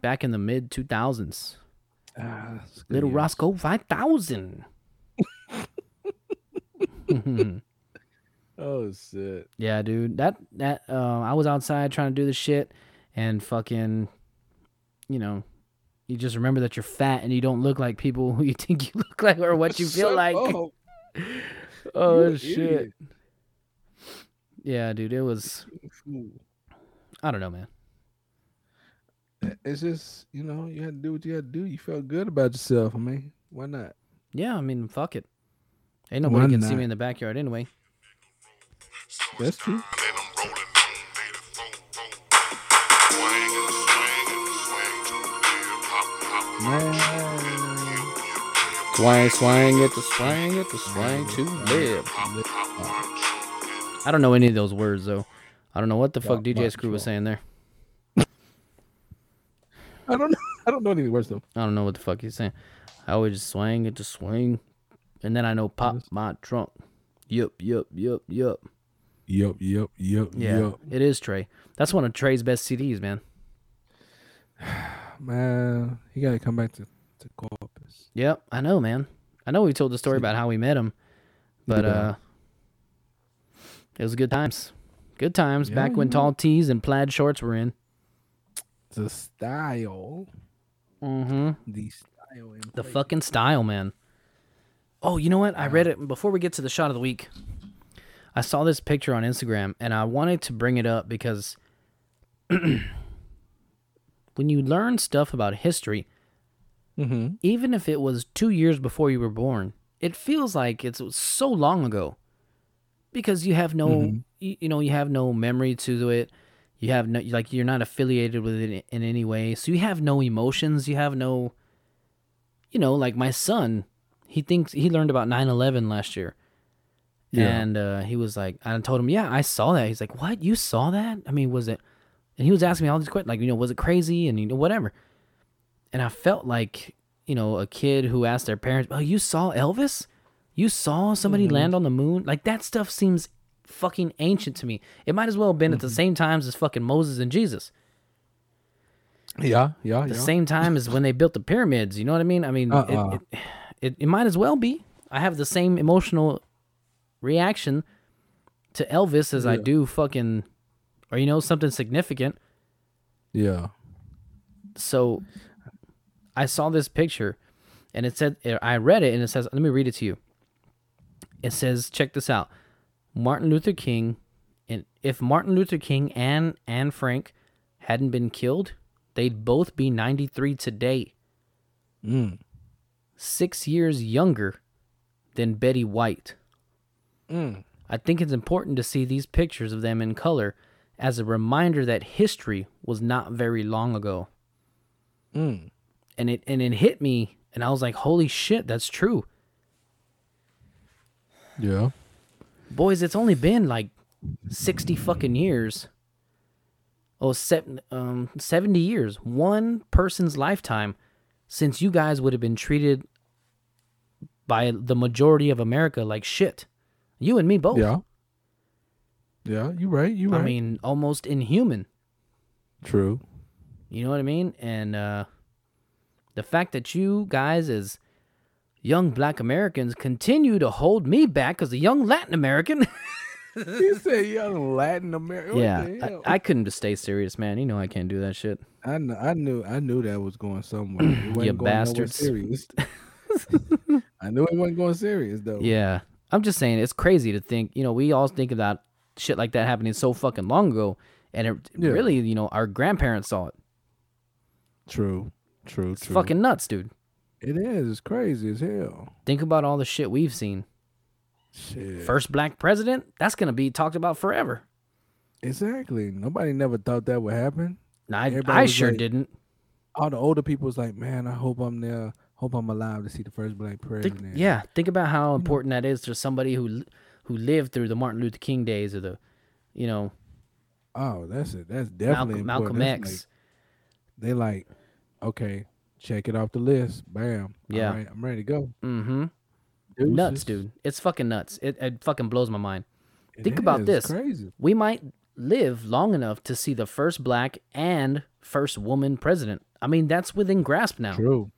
S2: Back in the mid 2000s.
S3: Ah, that's good
S2: Little
S3: years.
S2: Roscoe 5000.
S3: Oh shit.
S2: Yeah, dude. That that uh, I was outside trying to do this shit, and fucking, you know, you just remember that you're fat and you don't look like people who you think you look like or what you feel
S3: Shut
S2: like.
S3: up,
S2: Oh
S3: you
S2: shit.
S3: idiot.
S2: Yeah, dude. It was.
S3: Fool.
S2: I don't know, man.
S3: It's just you know you had to do what you had to do. You felt good about yourself. I mean, why not?
S2: Yeah, I mean, fuck it. Ain't nobody
S3: One
S2: can see
S3: night.
S2: me in the backyard anyway.
S3: That's true. Man.
S2: Swang, swang it to swang it to swang to live. I don't know any of those words though. I don't know what the fuck
S3: Yeah,
S2: DJ
S3: not
S2: Screw was
S3: sure.
S2: saying there.
S3: I don't know. I don't know any worse though.
S2: I don't know what the fuck he's saying. I always just swing it to swing. And then I know pop my trunk. Yup, yup, yup, yup.
S3: Yup, yup, yup,
S2: Yeah. It is Trey. That's one of Trey's best CDs, man.
S3: Man, he got to come back to to Corpus.
S2: Yep, I know, man. I know we told the story about how we met him, but
S3: Yeah.
S2: uh it was good times. Good times back
S3: Yeah,
S2: when
S3: yeah.
S2: tall tees and plaid shorts were in.
S3: The style,
S2: Mm-hmm.
S3: the style. in
S2: The
S3: place.
S2: fucking style, man. Oh, you know what? I read it before we get to the shot of the week. I saw this picture on Instagram and I wanted to bring it up because when you learn stuff about history,
S3: Mm-hmm.
S2: even if it was two years before you were born, it feels like it's so long ago because you have no,
S3: Mhm.
S2: you, you know, you have no memory to it. You have no, like, you're not affiliated with it in any way. So you have no emotions. You have no, you know, like my son, he thinks he learned about 9 11 last year.
S3: Yeah.
S2: And uh, he was like, I told him, yeah, I saw that. He's like, what? You saw that? I mean, was it? And he was asking me all these questions, like, you know, was it crazy? And, you know, whatever. And I felt like, you know, a kid who asked their parents, oh, you saw Elvis? You saw somebody land on the moon? Like, that stuff seems fucking ancient to me. It might as well have been at the same times as fucking Moses and Jesus.
S3: Yeah, yeah,
S2: The
S3: yeah.
S2: same time as when they built the pyramids. You know what I mean? I mean,
S3: Uh-uh.
S2: it, it, it, it might as well be. I have the same emotional reaction to Elvis as I do fucking, or you know, something significant.
S3: Yeah.
S2: So I saw this picture and it said, eh, I read it and it says, let me read it to you. It says, check this out Martin Luther King, and if Martin Luther King and Anne Frank hadn't been killed, they'd both be 93 today,
S3: Mm.
S2: six years younger than Betty White.
S3: Mm.
S2: I think it's important to see these pictures of them in color as a reminder that history was not very long ago.
S3: Mm.
S2: and it and it hit me and I was like, "Holy shit, that's true."
S3: Yeah.
S2: Boys, it's only been like 60 fucking years. Oh, seven, um 70 years, one person's lifetime since you guys would have been treated by the majority of America like shit. You and me both.
S3: Yeah. Yeah, you right. You right.
S2: I mean, almost inhuman.
S3: true.
S2: You know what I mean? And uh, the fact that you guys, as young black Americans, continue to hold me back as a young Latin American.
S3: You say young Latin American.
S2: yeah, I, I couldn't just stay serious, man. You know I can't do that shit.
S3: I, kn- I knew I knew that was going somewhere. It wasn't going nowhere
S2: bastards.
S3: serious. I knew it wasn't going serious though.
S2: Yeah, I'm just saying it's crazy to think. You know, we all think about shit like that happening so fucking long ago, and it
S3: Yeah.
S2: really, you know, our grandparents saw it.
S3: True. True.
S2: It's
S3: true.
S2: fucking nuts, dude.
S3: It is. It's crazy as hell.
S2: Think about all the shit we've seen.
S3: Shit.
S2: First black president, that's gonna be talked about forever.
S3: Exactly. Nobody never thought that would happen.
S2: And I,
S3: Everybody
S2: I
S3: was
S2: sure
S3: like-
S2: didn't.
S3: All the older people was like, man, I hope I'm there. Hope I'm alive to see the first black
S2: Think,
S3: president.
S2: yeah, think about how
S3: Hmm.
S2: important that is to somebody who l- who lived through the Martin Luther King days or the, you know,
S3: Oh, that's it. That's definitely
S2: Malcolm, Malcolm
S3: important. That's
S2: X.
S3: like- they like, okay, check it off the list. Bam.
S2: Yeah.
S3: All right, I'm ready to go.
S2: mm-hmm. Nuts, dude. It's fucking nuts. It, it fucking blows my mind.
S3: It
S2: Think about
S3: is.
S2: this.
S3: Crazy.
S2: We might live long enough to see the first black and first woman president. I mean, that's within grasp now.
S3: True.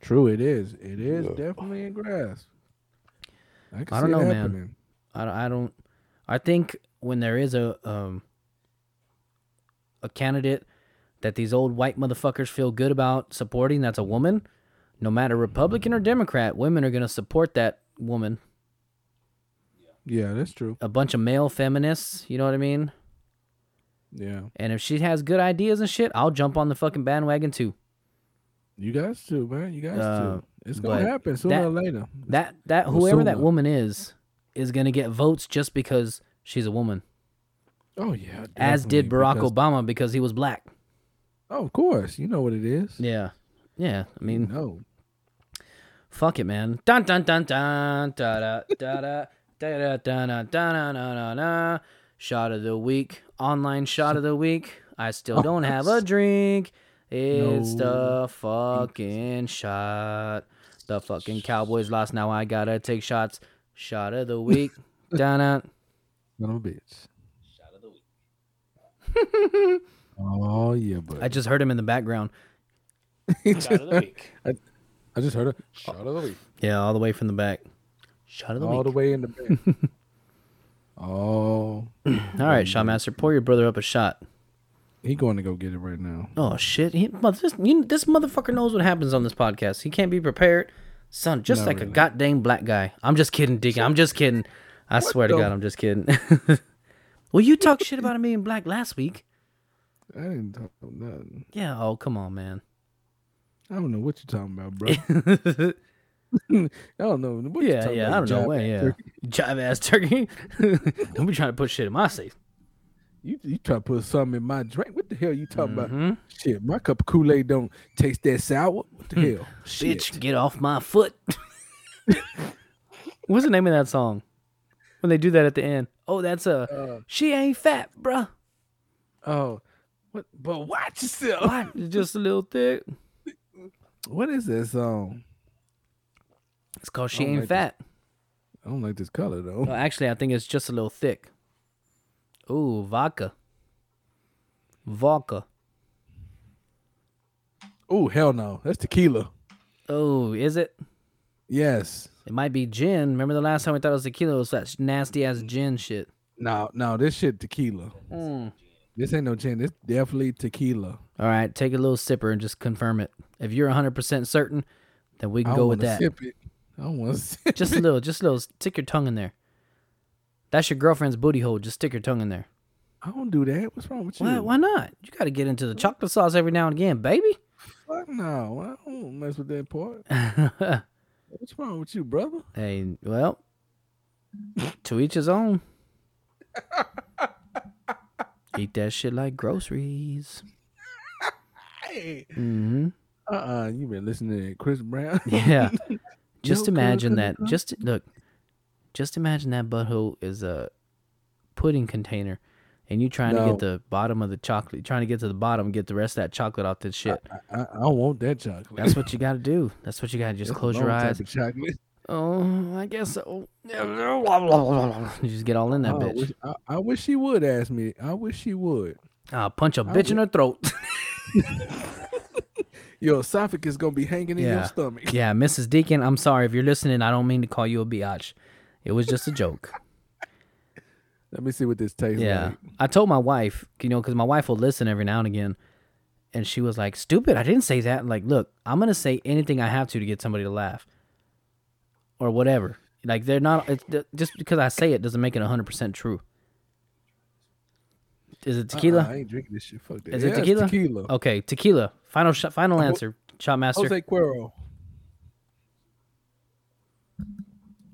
S3: True. It is. It is definitely in grasp. I, can
S2: I
S3: see
S2: don't
S3: it
S2: know, man.
S3: happening.
S2: I, don't- I don't. I think when there is a um a candidate that these old white motherfuckers feel good about supporting, that's a woman. No matter Republican or Democrat, women are gonna support that woman.
S3: Yeah, that's true.
S2: A bunch of male feminists, you know what I mean?
S3: Yeah.
S2: And if she has good ideas and shit, I'll jump on the fucking bandwagon too.
S3: You guys too, man. You guys
S2: Uh,
S3: too. It's gonna
S2: but
S3: happen sooner
S2: that-
S3: or later.
S2: That that
S3: Well,
S2: whoever that
S3: Sula.
S2: woman is is gonna get votes just because she's a woman.
S3: Oh yeah.
S2: As did
S3: definitely,
S2: Barack
S3: because-
S2: Obama because he was black.
S3: Oh, of course. You know what it is.
S2: Yeah. Yeah. I
S3: You
S2: mean,
S3: know.
S2: Fuck it, man. Dun dun dun dun da da da da da da da da da da da da da. Shot of the week, online shot of the week. I still don't have a drink. It's the fucking shot. The fucking Cowboys lost. Now I gotta take shots. Shot of the week. Dun dun.
S3: Son of a bitch. oh yeah, but
S2: I just heard him in the background.
S1: Shot of the week.
S3: I just heard a shot of the week
S2: Yeah, all the way from the back. Shot of the
S3: all
S2: week.
S3: the way in the back. oh,
S2: all right, Shotmaster, pour your brother up a shot.
S3: he going to go get it right now.
S2: Oh shit! He, mother- this, you, this motherfucker knows what happens on this podcast. He can't be prepared, son. Just
S3: Not
S2: like a
S3: really.
S2: goddamn black guy. I'm just kidding, Dick. I'm just kidding. I swear to
S3: the-
S2: God, I'm just kidding. well, you talked shit about him being black last week.
S3: I didn't talk about nothing.
S2: Yeah. Oh, come on, man.
S3: I don't know what you're talking about, bro. I don't know. What you
S2: yeah,
S3: talking
S2: yeah, I
S3: about,
S2: don't know
S3: job
S2: what. Yeah,
S3: after.
S2: jive ass turkey. don't be trying to put shit in my safe.
S3: You, you try to put something in my drink. What the hell you talking about?
S2: Mhm.
S3: Shit, my cup of Kool-Aid don't taste that sour. What the hell? Shit.
S2: Hmm. Bitch, get off my foot. What's the name of that song? When they do that at the end. Oh, that's a.
S3: Uh,
S2: She ain't fat, bruh.
S3: oh, what? But watch yourself.
S2: Why? It's just a little thick.
S3: What is this? Um,
S2: It's called She
S3: Oh,
S2: Ain't
S3: like
S2: Fat.
S3: I don't like this color though.
S2: Well, actually, I think it's just a little thick. Ooh, vodka. Vodka.
S3: Oh hell no, that's tequila.
S2: Oh, is it?
S3: Yes.
S2: It might be gin. Remember the last time we thought it was tequila? It was that nasty ass gin shit.
S3: No, no, this shit tequila.
S2: Mm.
S3: This ain't no gin. This definitely tequila.
S2: All right, take a little sipper and just confirm it. If you're 100% certain, then we can
S3: I
S2: go
S3: don't
S2: with
S3: wanna
S2: that.
S3: Sip it. I don't want to sip.
S2: Just a little, just a little. Stick your tongue in there. That's your girlfriend's booty hole. Just stick your tongue in there.
S3: I don't do that. What's wrong with you?
S2: Why, why not? You got to get into the chocolate sauce every now and again, baby.
S3: Fuck no. I don't mess with that part.
S2: hey,
S3: What's wrong with you, brother?
S2: well, to each his own. Eat that shit like groceries.
S3: Hey.
S2: hmm
S3: Uh uh-uh, uh. You been listening to Chris Brown?
S2: Yeah. Just
S3: Milk, uh,
S2: imagine that.
S3: coconut.
S2: Just look. Just imagine that butthole is a pudding container, and you trying to
S3: No.
S2: get the bottom of the chocolate, trying to get to the bottom, get the rest of that chocolate off this shit.
S3: I, I don't want that chocolate.
S2: That's what you got to do. That's what you got to just
S3: That's the
S2: close your
S3: wrong type
S2: eyes.
S3: of chocolate.
S2: Oh, I guess so. You just get all in that
S3: Oh, I,
S2: bitch.
S3: wish, I, I wish she would ask me. I wish she would.
S2: I'll punch a
S3: I
S2: bitch in her throat.
S3: Your esophagus gonna be hanging in
S2: Yeah.
S3: your stomach.
S2: yeah, Mrs. Deacon, I'm sorry if you're listening. I don't mean to call you a biatch. It was just a joke.
S3: Let me see what this tastes
S2: Yeah.
S3: like.
S2: I told my wife, you know, because my wife will listen every now and again. And she was like, stupid. I didn't say that. Like, look, I'm going to say anything I have to to get somebody to laugh or whatever. Like, they're not, it's, th- just because I say it doesn't make it 100% true. Is it tequila?
S3: Uh-uh, I ain't drinking this shit. Fuck that.
S2: Is
S3: Yeah,
S2: it
S3: it's
S2: tequila? Oh,
S3: tequila.
S2: Okay, tequila. Final shot, final answer, shot master.
S3: Jose Cuero.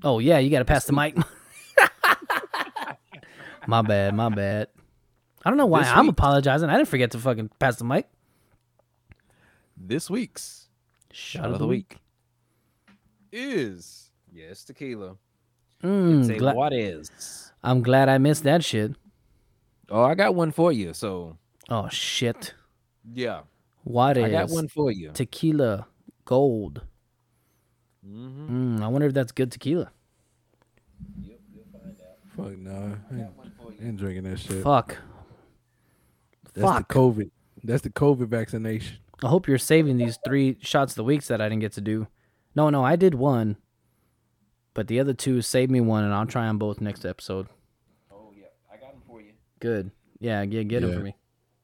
S2: oh yeah, you got to pass the mic. my bad, my bad. I don't know why
S4: This
S2: I'm
S4: week-
S2: apologizing. I didn't forget to fucking pass the mic.
S4: This week's
S2: Shot of the week.
S4: is yes, tequila.
S2: Mm,
S4: Say
S2: gla-
S4: what is?
S2: I'm glad I missed that shit.
S4: Oh, I got one for you. So
S2: Oh shit.
S4: yeah,
S2: What is
S4: I got one for you.
S2: tequila gold?
S4: Mhm.
S2: Mm, I wonder if that's good tequila.
S3: Fuck no. I ain't, I ain't drinking that shit.
S2: Fuck.
S3: That's
S2: Fuck.
S3: the COVID. That's the COVID vaccination.
S2: I hope you're saving these three shots of the weeks that I didn't get to do. No, no, I did one, but the other two saved me one, and I'll try them both next episode.
S4: Oh yeah, I got them for you.
S2: Good. Yeah, yeah get them for
S3: Yeah.
S2: me.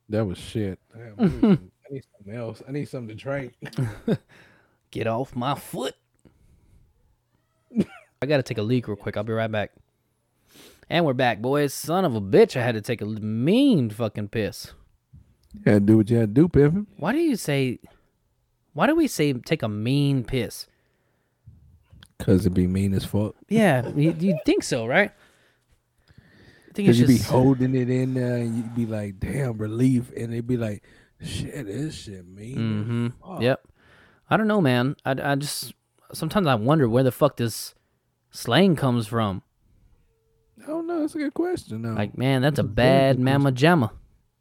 S3: That was shit. Damn, I, need some- I need something else. I need something to drink.
S2: Get off my foot. I got to take a leak real quick. I'll be right back. And we're back, boys. Son of a bitch, I had to take a mean fucking piss.
S3: Yeah, do what you had to do, Pippin.
S2: Why do you say. Why do we say take a mean piss?
S3: Cause it'd be mean as fuck.
S2: Yeah, you, you think so, right? I think
S3: Cause
S2: it's
S3: you'd be
S2: just.
S3: holding it in there and you'd be like, damn, relief. And they'd be like, shit, this shit mean. as
S2: hmm
S3: fuck.
S2: Yep. I don't know, man. I, I just sometimes I wonder where the fuck this slang comes from.
S3: I don't know. That's a good question. though.
S2: Like, man, that's a
S3: Very
S2: bad
S3: good
S2: mama jamma.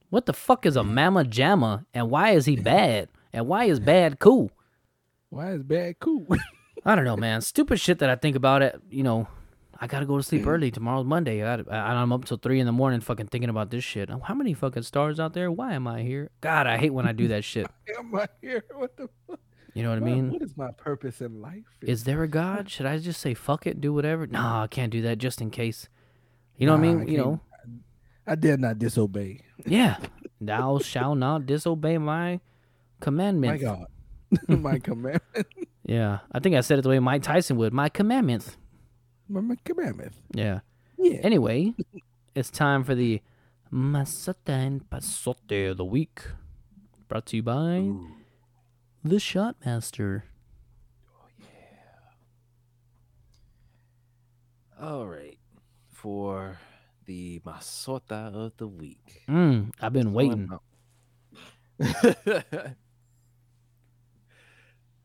S2: What the fuck is a mama jamma, and why is he bad? And why is bad cool?
S3: why is bad cool?
S2: I don't know, man. Stupid shit that I think about it. You know, I gotta go to sleep early. Tomorrow's Monday. I gotta, I- I'm up till three in the morning, fucking thinking about this shit. How many fucking stars out there? Why am I here? God, I hate when I do that shit.
S3: Am I here? What the fuck?
S2: You know what I
S3: Why-
S2: mean?
S3: what is my purpose in life?
S2: Is there a God? Should I just say fuck it, do whatever? Nah, I can't do that just in case. You know what I
S3: Nah,
S2: mean?
S3: I
S2: you
S3: can't-
S2: know,
S3: I dare not disobey.
S2: yeah. Thou shall not disobey my
S3: My
S2: commandments.
S3: God. my commandment.
S2: Yeah, I think I said it the way Mike Tyson would. My commandments.
S3: My, my commandment.
S2: Yeah.
S3: Yeah.
S2: Anyway, it's time for the Masata and Pasote of the Week. Brought to you by the shot master.
S4: All right. For the Masota of the week.
S2: Mm, I've been waiting.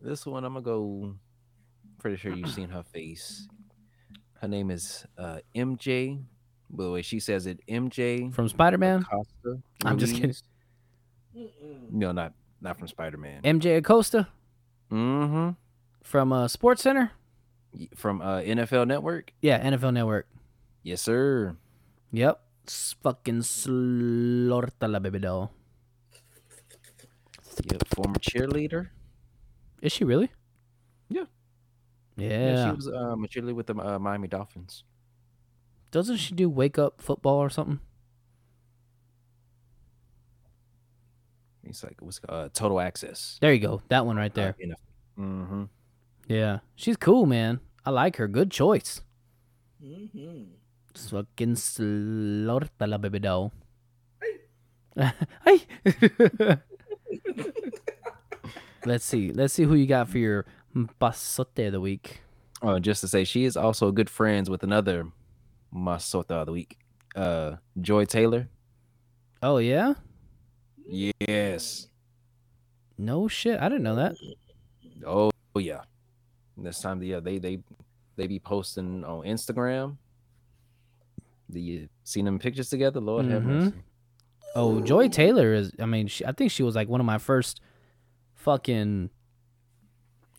S4: this one, I'm going to go. Pretty sure you've seen her face. Her name is uh, MJ. By the way, she says it MJ.
S2: From Spider Man,
S4: Acosta.
S2: I'm just kidding.
S4: Ruiz. No, not not from Spider Man.
S2: MJ Acosta
S4: Mm-hmm.
S2: from uh, Sports Center.
S4: From uh, NFL Network.
S2: Yeah, NFL Network.
S4: Yes, sir.
S2: Yep. S- fucking slorta la baby doll.
S4: Yeah, former cheerleader.
S2: Is she really?
S4: Yeah.
S2: Yeah.
S4: she was um, a cheerleader with the uh, Miami Dolphins.
S2: Doesn't she do wake up football or something?
S4: It's like it was uh, Total Access. uh,
S2: There you go. That one right there.
S4: Mm-hmm.
S2: Yeah. She's cool, man. I like her. Good choice.
S3: Mm-hmm.
S2: Fucking slorta la baby doll. Hey. Let's see. Let's see who you got for your pasote of the week.
S4: Oh, just to say, she is also good friends with another Masota of the week, uh, Joy Taylor.
S2: Oh yeah?
S4: Yes.
S2: No shit. I didn't know that.
S4: Oh yeah. And this time of the year, they they they be posting on Instagram. Do you seen them pictures together? Lord have
S2: Mhm.
S4: mercy.
S2: Oh, Joy Taylor is. I mean, she, I think she was like one of my first fucking.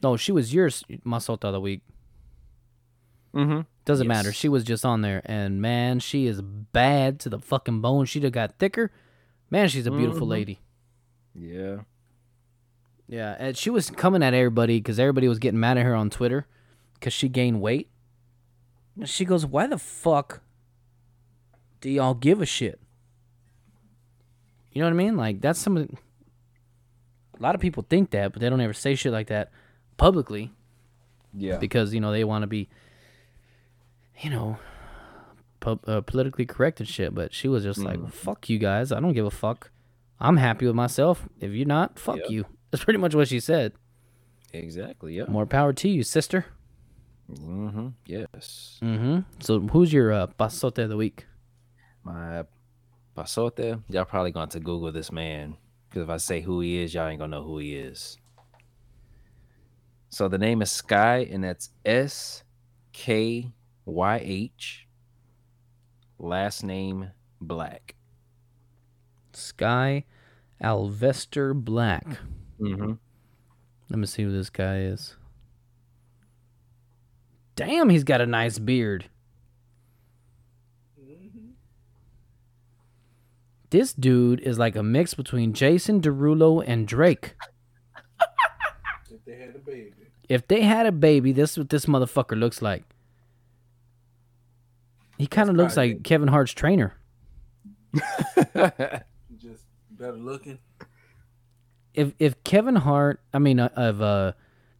S2: No, she was yours, Masota of the week.
S4: Mm-hmm.
S2: Doesn't matter.
S4: Yes.
S2: She was just on there, and man, she is bad to the fucking bone. She done got thicker. Man, she's a beautiful
S4: Mhm.
S2: lady.
S4: Yeah.
S2: Yeah, and she was coming at everybody because everybody was getting mad at her on Twitter because she gained weight. And she goes, "Why the fuck do y'all give a shit?" You know what I mean? Like that's some. of the- A lot of people think that, but they don't ever say shit like that publicly
S4: Yeah.
S2: because you know they want to be, you know, pub, uh, politically correct and shit. But she was just like, "Fuck you guys! I don't give a fuck. I'm happy with myself. If you're not, fuck
S4: Yeah.
S2: you." That's pretty much what she said.
S4: Exactly. Yeah.
S2: More power to you, sister.
S4: Mm-hmm. Yes.
S2: Mm-hmm. So who's your uh, pasote of the week?
S4: My pasote. Y'all probably going to Google this man because if I say who he is, y'all ain't gonna know who he is. So the name is Sky, and that's S K Y H. Last name Black.
S2: Sky Alvester Black.
S4: Mm-hmm.
S2: Let me see who this guy is. Damn, he's got a nice beard. This dude is like a mix between Jason Derulo and Drake.
S3: If they had a baby.
S2: If they had a baby, this is what this motherfucker looks like. He kind of looks
S3: probably
S2: like Kevin Hart's trainer.
S3: Just better looking.
S2: if if Kevin Hart, I mean, uh, of uh,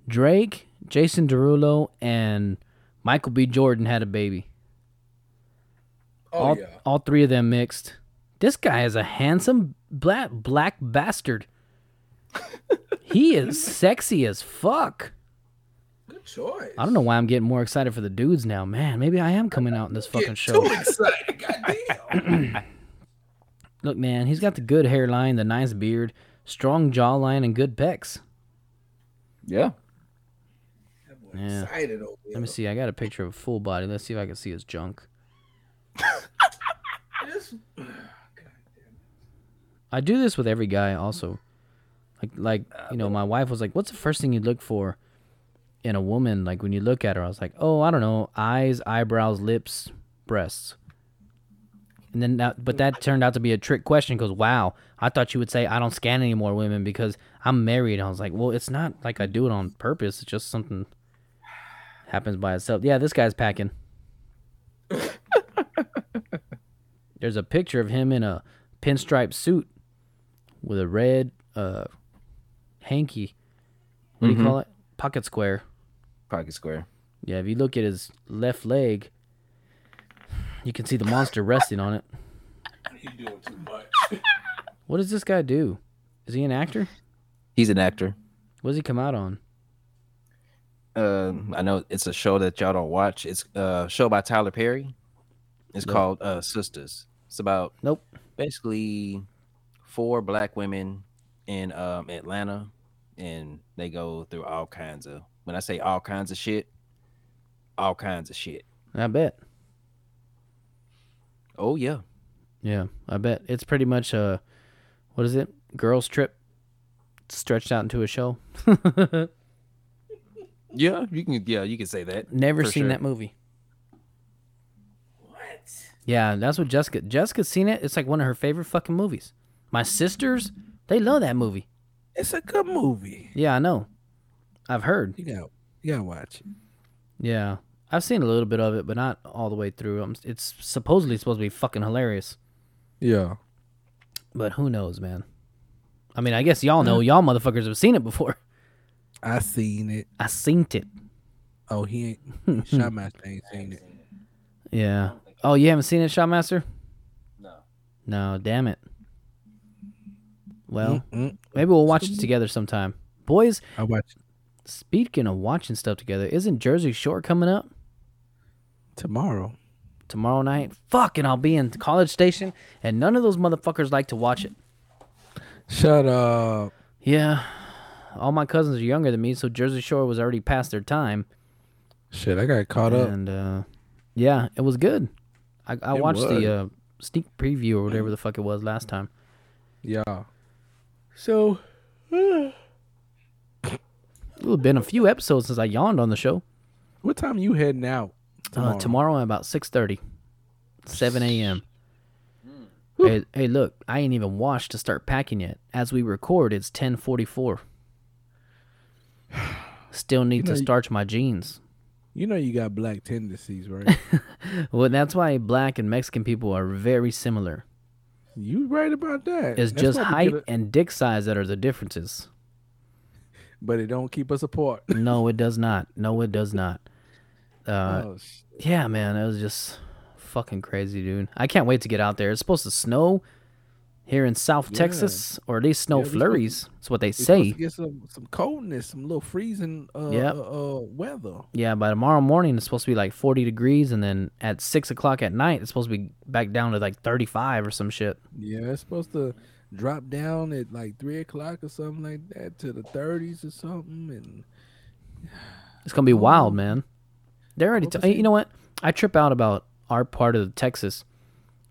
S2: Drake, Jason Derulo, and Michael B. Jordan had a baby.
S3: Oh
S2: all,
S3: yeah.
S2: all three of them mixed. This guy is a handsome black black bastard. he is sexy as fuck.
S3: Good choice.
S2: I don't know why I'm getting more excited for the dudes now, man. Maybe I am coming out in this fucking show.
S3: Too excited. Goddamn.
S2: Look, man, he's got the good hairline, the nice beard, strong jawline, and good pecs.
S4: yeah.
S3: That boy
S2: Yeah.
S3: Excited over
S2: Let me see. I got a picture of a full body. Let's see if I can see his junk.
S3: This-
S2: I do this with every guy also. Like like you know, my wife was like, What's the first thing you look for in a woman? Like when you look at her, I was like, Oh, I don't know, eyes, eyebrows, lips, breasts. And then that but that turned out to be a trick question because wow, I thought you would say I don't scan any more women because I'm married. I was like, Well, it's not like I do it on purpose, it's just something happens by itself. Yeah, this guy's packing. There's a picture of him in a pinstripe suit with a red uh hanky. What do
S4: Mhm.
S2: you call it? Pocket square.
S4: Pocket square.
S2: Yeah, if you look at his left leg, you can see the monster resting on it.
S3: He doing too much.
S2: What does this guy do? Is he an actor?
S4: He's an actor.
S2: What does he come out on?
S4: Uh, I know it's a show that y'all don't watch. It's a show by Tyler Perry. It's
S2: Nope.
S4: called uh, Sisters. It's about
S2: Nope.
S4: basically four black women in um, Atlanta, and they go through all kinds of. When I say all kinds of shit, all kinds of shit.
S2: I bet.
S4: Oh yeah,
S2: Yeah, I bet it's pretty much a what is it? Girls trip stretched out into a show.
S4: yeah. You can yeah, you can say that.
S2: Never
S4: For
S2: seen
S4: sure.
S2: that movie. What? Yeah, that's what Jessica. Jessica's seen it. It's like one of her favorite fucking movies. My sisters, they love that movie.
S3: It's a good movie.
S2: Yeah, I know. I've heard.
S3: You got you gotta watch it.
S2: Yeah, I've seen a little bit of it, but not all the way through. Um, It's supposedly supposed to be fucking hilarious,
S3: Yeah.
S2: but who knows, man? I mean, I guess y'all know. Y'all motherfuckers have seen it before.
S3: I seen it.
S2: I seen it.
S3: Oh, he ain't shot my ain't seen it.
S2: Yeah. Oh, you haven't seen it, Shotmaster?
S4: No.
S2: No, damn it. Well,
S3: Mm-mm.
S2: maybe we'll watch it together sometime. Boys,
S3: I watch it
S2: speaking of watching stuff together, isn't Jersey Shore coming up
S3: tomorrow.
S2: tomorrow night? Fucking, I'll be in College Station, and none of those motherfuckers like to watch it.
S3: Shut up.
S2: Yeah. All my cousins are younger than me, so Jersey Shore was already past their time.
S3: Shit, I got caught up.
S2: And uh, yeah, it was good. I, I
S3: It
S2: watched
S3: was.
S2: the uh, sneak preview or whatever the fuck it was last time.
S3: Yeah.
S2: So, it's been a few episodes since I yawned on the show.
S3: What time you heading out?
S2: Tomorrow, uh, tomorrow at about 6.30, 7 a.m.
S3: Hmm.
S2: Hey, hey, look, I ain't even washed to start packing yet. As we record, it's 10.44. Still need
S3: know,
S2: to
S3: you-
S2: starch my jeans.
S3: You know you got black tendencies, right?
S2: Well, that's why black and Mexican people are very similar.
S3: you right about that.
S2: It's
S3: That's
S2: just
S3: why we
S2: height
S3: get a-
S2: and dick size that are the differences.
S3: but it don't keep us apart.
S2: No, it does not. No, it does not. Uh,
S3: oh, sh-
S2: Yeah, man, it was just fucking crazy, dude. I can't wait to get out there. It's supposed to snow here in South
S3: Yeah.
S2: Texas, or at least snow
S3: Yeah, we supposed to-
S2: flurries. That's what they
S3: we supposed
S2: say.
S3: to get some some coldness, some little freezing uh,
S2: Yep.
S3: uh, uh, weather.
S2: Yeah, by tomorrow morning it's supposed to be like forty degrees, and then at six o'clock at night it's supposed to be back down to like thirty-five or some shit.
S3: Yeah, it's supposed to drop down at like three o'clock or something like that to the thirties or something. And
S2: It's gonna be wild, man. They're already.
S3: Oh. What
S2: T-
S3: was it?
S2: you know what? I trip out about our part of Texas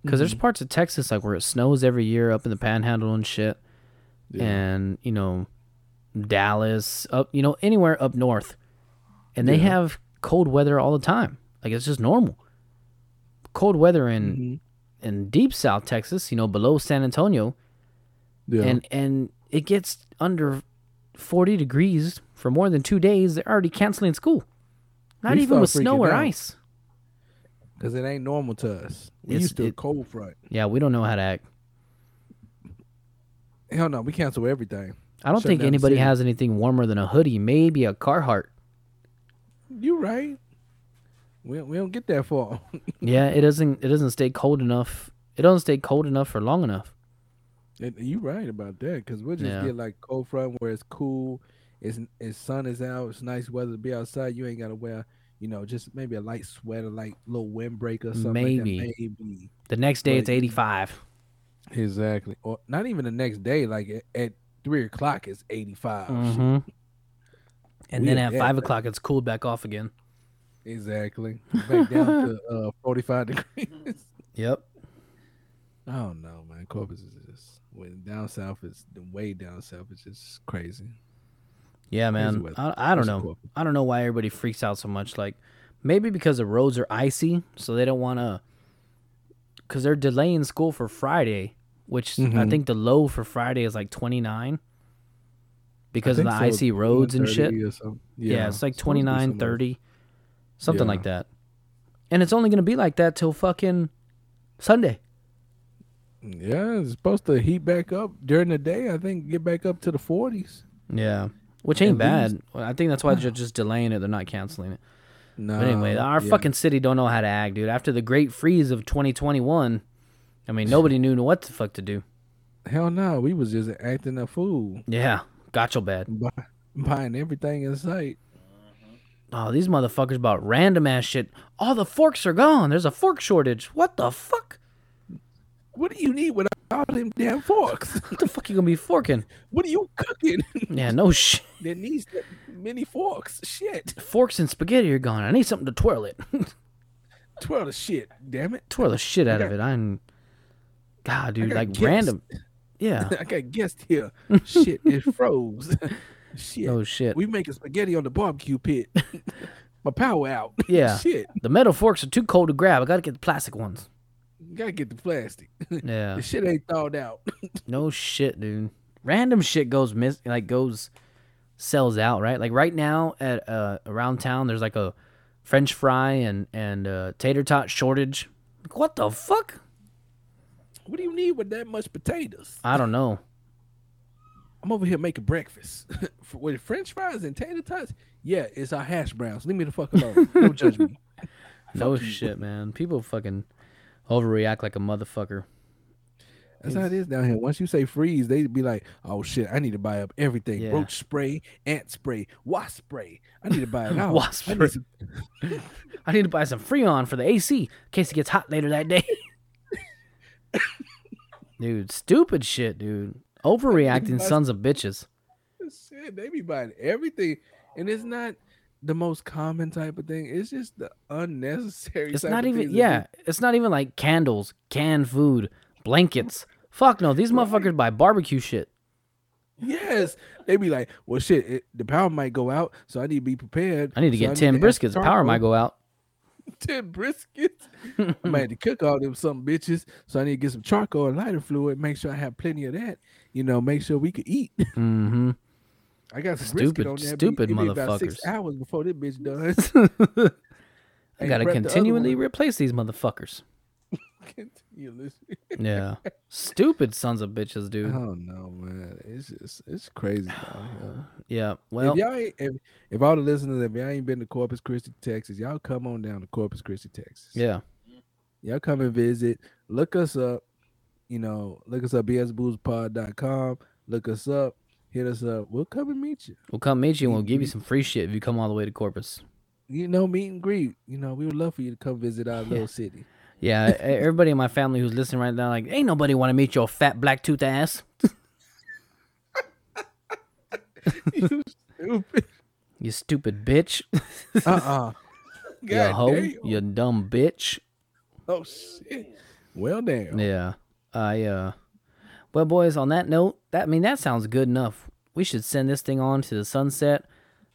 S2: because there's
S3: Mm-hmm.
S2: parts of Texas like where it snows every year up in the Panhandle and shit,
S3: Yeah.
S2: and you know, Dallas up, you know, anywhere up north, and they
S3: Yeah.
S2: have cold weather all the time. Like it's just normal. Cold weather in
S3: Mhm.
S2: in deep South Texas, you know, below San Antonio,
S3: yeah,
S2: and and it gets under 40 degrees for more than two days they're already canceling school not
S3: We
S2: even with
S3: start
S2: snow
S3: freaking
S2: or
S3: out.
S2: ice
S3: because it ain't normal to us. We
S2: It's-
S3: used to a
S2: it-
S3: cold front.
S2: yeah we don't know how to act
S3: Hell no, we cancel everything.
S2: i don't
S3: Shut
S2: think
S3: down the
S2: anybody
S3: city.
S2: has anything warmer than a hoodie maybe a carhartt
S3: You right? We we don't get that far.
S2: yeah it doesn't it doesn't stay cold enough it doesn't stay cold enough for long enough
S3: And you right about that because we'll just
S2: Yeah.
S3: get like cold front where it's cool, it's it's sun is out, it's nice weather to be outside. You ain't gotta wear, you know, just maybe a light sweater, like little windbreaker, or something.
S2: Maybe.
S3: like that. maybe
S2: the next day
S3: Right.
S2: it's 85
S3: exactly, or not even the next day. Like at, at three o'clock, it's eighty
S2: Mhm. and then
S3: We're
S2: at
S3: bad,
S2: 5
S3: man.
S2: o'clock it's cooled back off again
S3: Exactly, back down to uh, forty five degrees.
S2: yep
S3: I don't know, man. Corpus is just when down south is the way down south is just crazy.
S2: yeah
S3: the
S2: man
S3: weather.
S2: I, I don't
S3: It's
S2: know
S3: Corpus.
S2: I don't know why everybody freaks out so much. Like, maybe because the roads are icy, so they don't want to. Because they're delaying school for Friday, which I
S3: Mhm.
S2: think the low for Friday is like 29 because of the
S3: think so,
S2: icy roads and shit.
S3: 1:30 or something.
S2: Yeah, it's like
S3: supposed to be
S2: 29,
S3: somewhere.
S2: 30, something
S3: Yeah.
S2: like that. And it's only going to be like that till fucking Sunday.
S3: Yeah, it's supposed to heat back up during the day. I think get back up to the forties.
S2: Yeah. Which ain't
S3: At
S2: bad.
S3: least-
S2: Well, I think that's why they're just delaying it. They're not canceling it.
S3: No,
S2: But anyway, our
S3: Um, yeah.
S2: fucking city don't know how to act, dude. After the great freeze of 2021, I mean, nobody knew what the fuck to do.
S3: hell no, we was just acting a fool.
S2: Yeah, gotcha bad.
S3: Buy, buying everything in sight.
S2: Oh, these motherfuckers bought random ass shit. All the forks are gone. There's a fork shortage. What the fuck?
S3: What do you need without all them damn forks?
S2: What the fuck you gonna be forking?
S3: What are you cooking
S2: Yeah, no shit.
S3: that needs that many forks? Shit,
S2: Forks and spaghetti are gone. I need something to twirl it.
S3: twirl the shit, damn it!
S2: twirl the shit out of it. I'm. God, dude,
S3: got
S2: like
S3: gifts.
S2: random. Yeah.
S3: I got guests here. shit, it froze. shit,
S2: Oh shit.
S3: we making spaghetti on the barbecue pit. My power out.
S2: Yeah.
S3: shit,
S2: The metal forks are too cold to grab. I gotta get the plastic ones.
S3: gotta get the plastic.
S2: Yeah.
S3: The shit ain't thawed out.
S2: No shit, dude. Random shit goes miss like goes sells out, right? Like right now at uh around town there's like a French fry and and uh, tater tot shortage. Like, what the fuck?
S3: What do you need with that much potatoes?
S2: I don't know.
S3: I'm over here making breakfast F- with French fries and tater tots. Yeah, it's our hash browns. Leave me the fuck alone. Don't judge me.
S2: No
S3: Fuck you.
S2: shit, man. People fucking overreact like a motherfucker.
S3: That's how it is down here. Once you say freeze, they be like, "Oh shit, I need to buy up everything:
S2: Yeah.
S3: roach spray, ant spray, wasp spray. I need to buy it all.
S2: Wasp
S3: I
S2: spray.
S3: need some-
S2: I need to buy some Freon for the AC in case it gets hot later that day. dude, stupid shit, dude. Overreacting sons of bitches.
S3: shit, they be buying everything, and it's not the most common type of thing. It's just the unnecessary.
S2: It's
S3: type
S2: not
S3: of
S2: even
S3: things that
S2: yeah, it's not even like candles, canned food, blankets. Fuck no, these motherfuckers buy barbecue shit.
S3: they- Yes, they be like, "Well, shit, it, the power might go out, so I need to be prepared.
S2: I need to
S3: So
S2: get
S3: need
S2: 10
S3: to ask
S2: briskets. Power might
S3: Carl."
S2: go out.
S3: ten briskets. I might have to cook all them some bitches, so I need to get some charcoal and lighter fluid. Make sure I have plenty of that. You know, make sure we could eat.
S2: Mhm.
S3: I got some
S2: Stupid-
S3: brisket on there.
S2: stupid
S3: it be about six
S2: motherfuckers.
S3: hours before this bitch done.
S2: I got to continually replace these motherfuckers.
S3: You listen.
S2: Yeah. Stupid sons of bitches,
S3: I
S2: dude.
S3: don't know, man. It's just it's crazy. down here.
S2: Yeah. Well,
S3: if y'all ain't, if, if all the listeners, if y'all ain't been to Corpus Christi, Texas, y'all come on down to Corpus Christi, Texas.
S2: yeah.
S3: y'all come and visit. Look us up. You know, look us up, bsboozpod.com. Look us up. Hit us up. We'll come and meet you.
S2: We'll come meet you and we'll give you
S3: Mm-hmm.
S2: some free shit if you come all the way to Corpus.
S3: You know, meet and greet. You know, we would love for you to come visit our little city.
S2: Yeah, e- everybody in my family who's listening right now, like, ain't nobody want to meet your fat black tooth ass.
S3: you stupid.
S2: You stupid bitch.
S3: Uh-uh.
S2: you
S3: God
S2: hoe.
S3: damn.
S2: You dumb bitch.
S3: Oh shit. Well damn.
S2: Yeah. I uh Well boys, on that note, that I mean that sounds good enough. We should send this thing on to the sunset.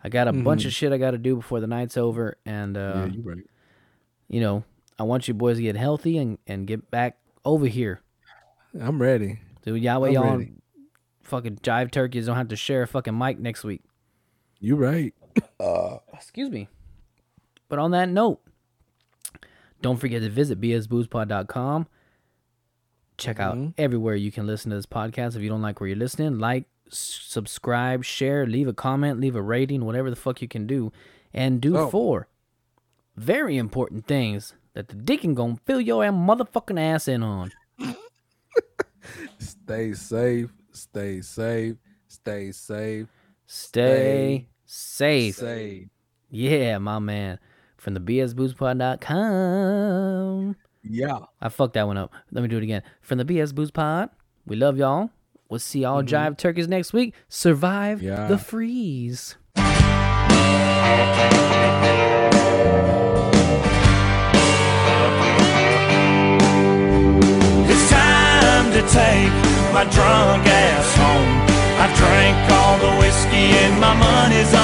S2: I got a bunch of shit I gotta do before the night's over and uh
S3: Mm-hmm. Yeah, you right.
S2: you know, I want you boys to get healthy and, and get back over here.
S3: I'm ready.
S2: Dude, Yahweh
S3: I'm
S2: y'all
S3: ready.
S2: fucking jive turkeys don't have to share a fucking mic next week.
S3: You right.
S2: Excuse me. But on that note, don't forget to visit bsboozepod.com. Check out everywhere you can listen to this podcast. If you don't like where you're listening, like, s- subscribe, share, leave a comment, leave a rating, whatever the fuck you can do. And do
S3: Oh.
S2: four very important things that the deacon gonna fill your am- motherfucking ass in on.
S3: Stay safe. Stay safe. Stay safe.
S2: Stay safe.
S3: Safe.
S2: Yeah, my man. From the bsboozepod.com.
S3: Yeah.
S2: I fucked that one up. Let me do it again. From the BS Boost Pod, we love y'all. We'll see y'all jive turkeys next week. Survive
S3: Yeah.
S2: the freeze.
S5: It's time to take my drunk ass home. I drank all the whiskey and my money's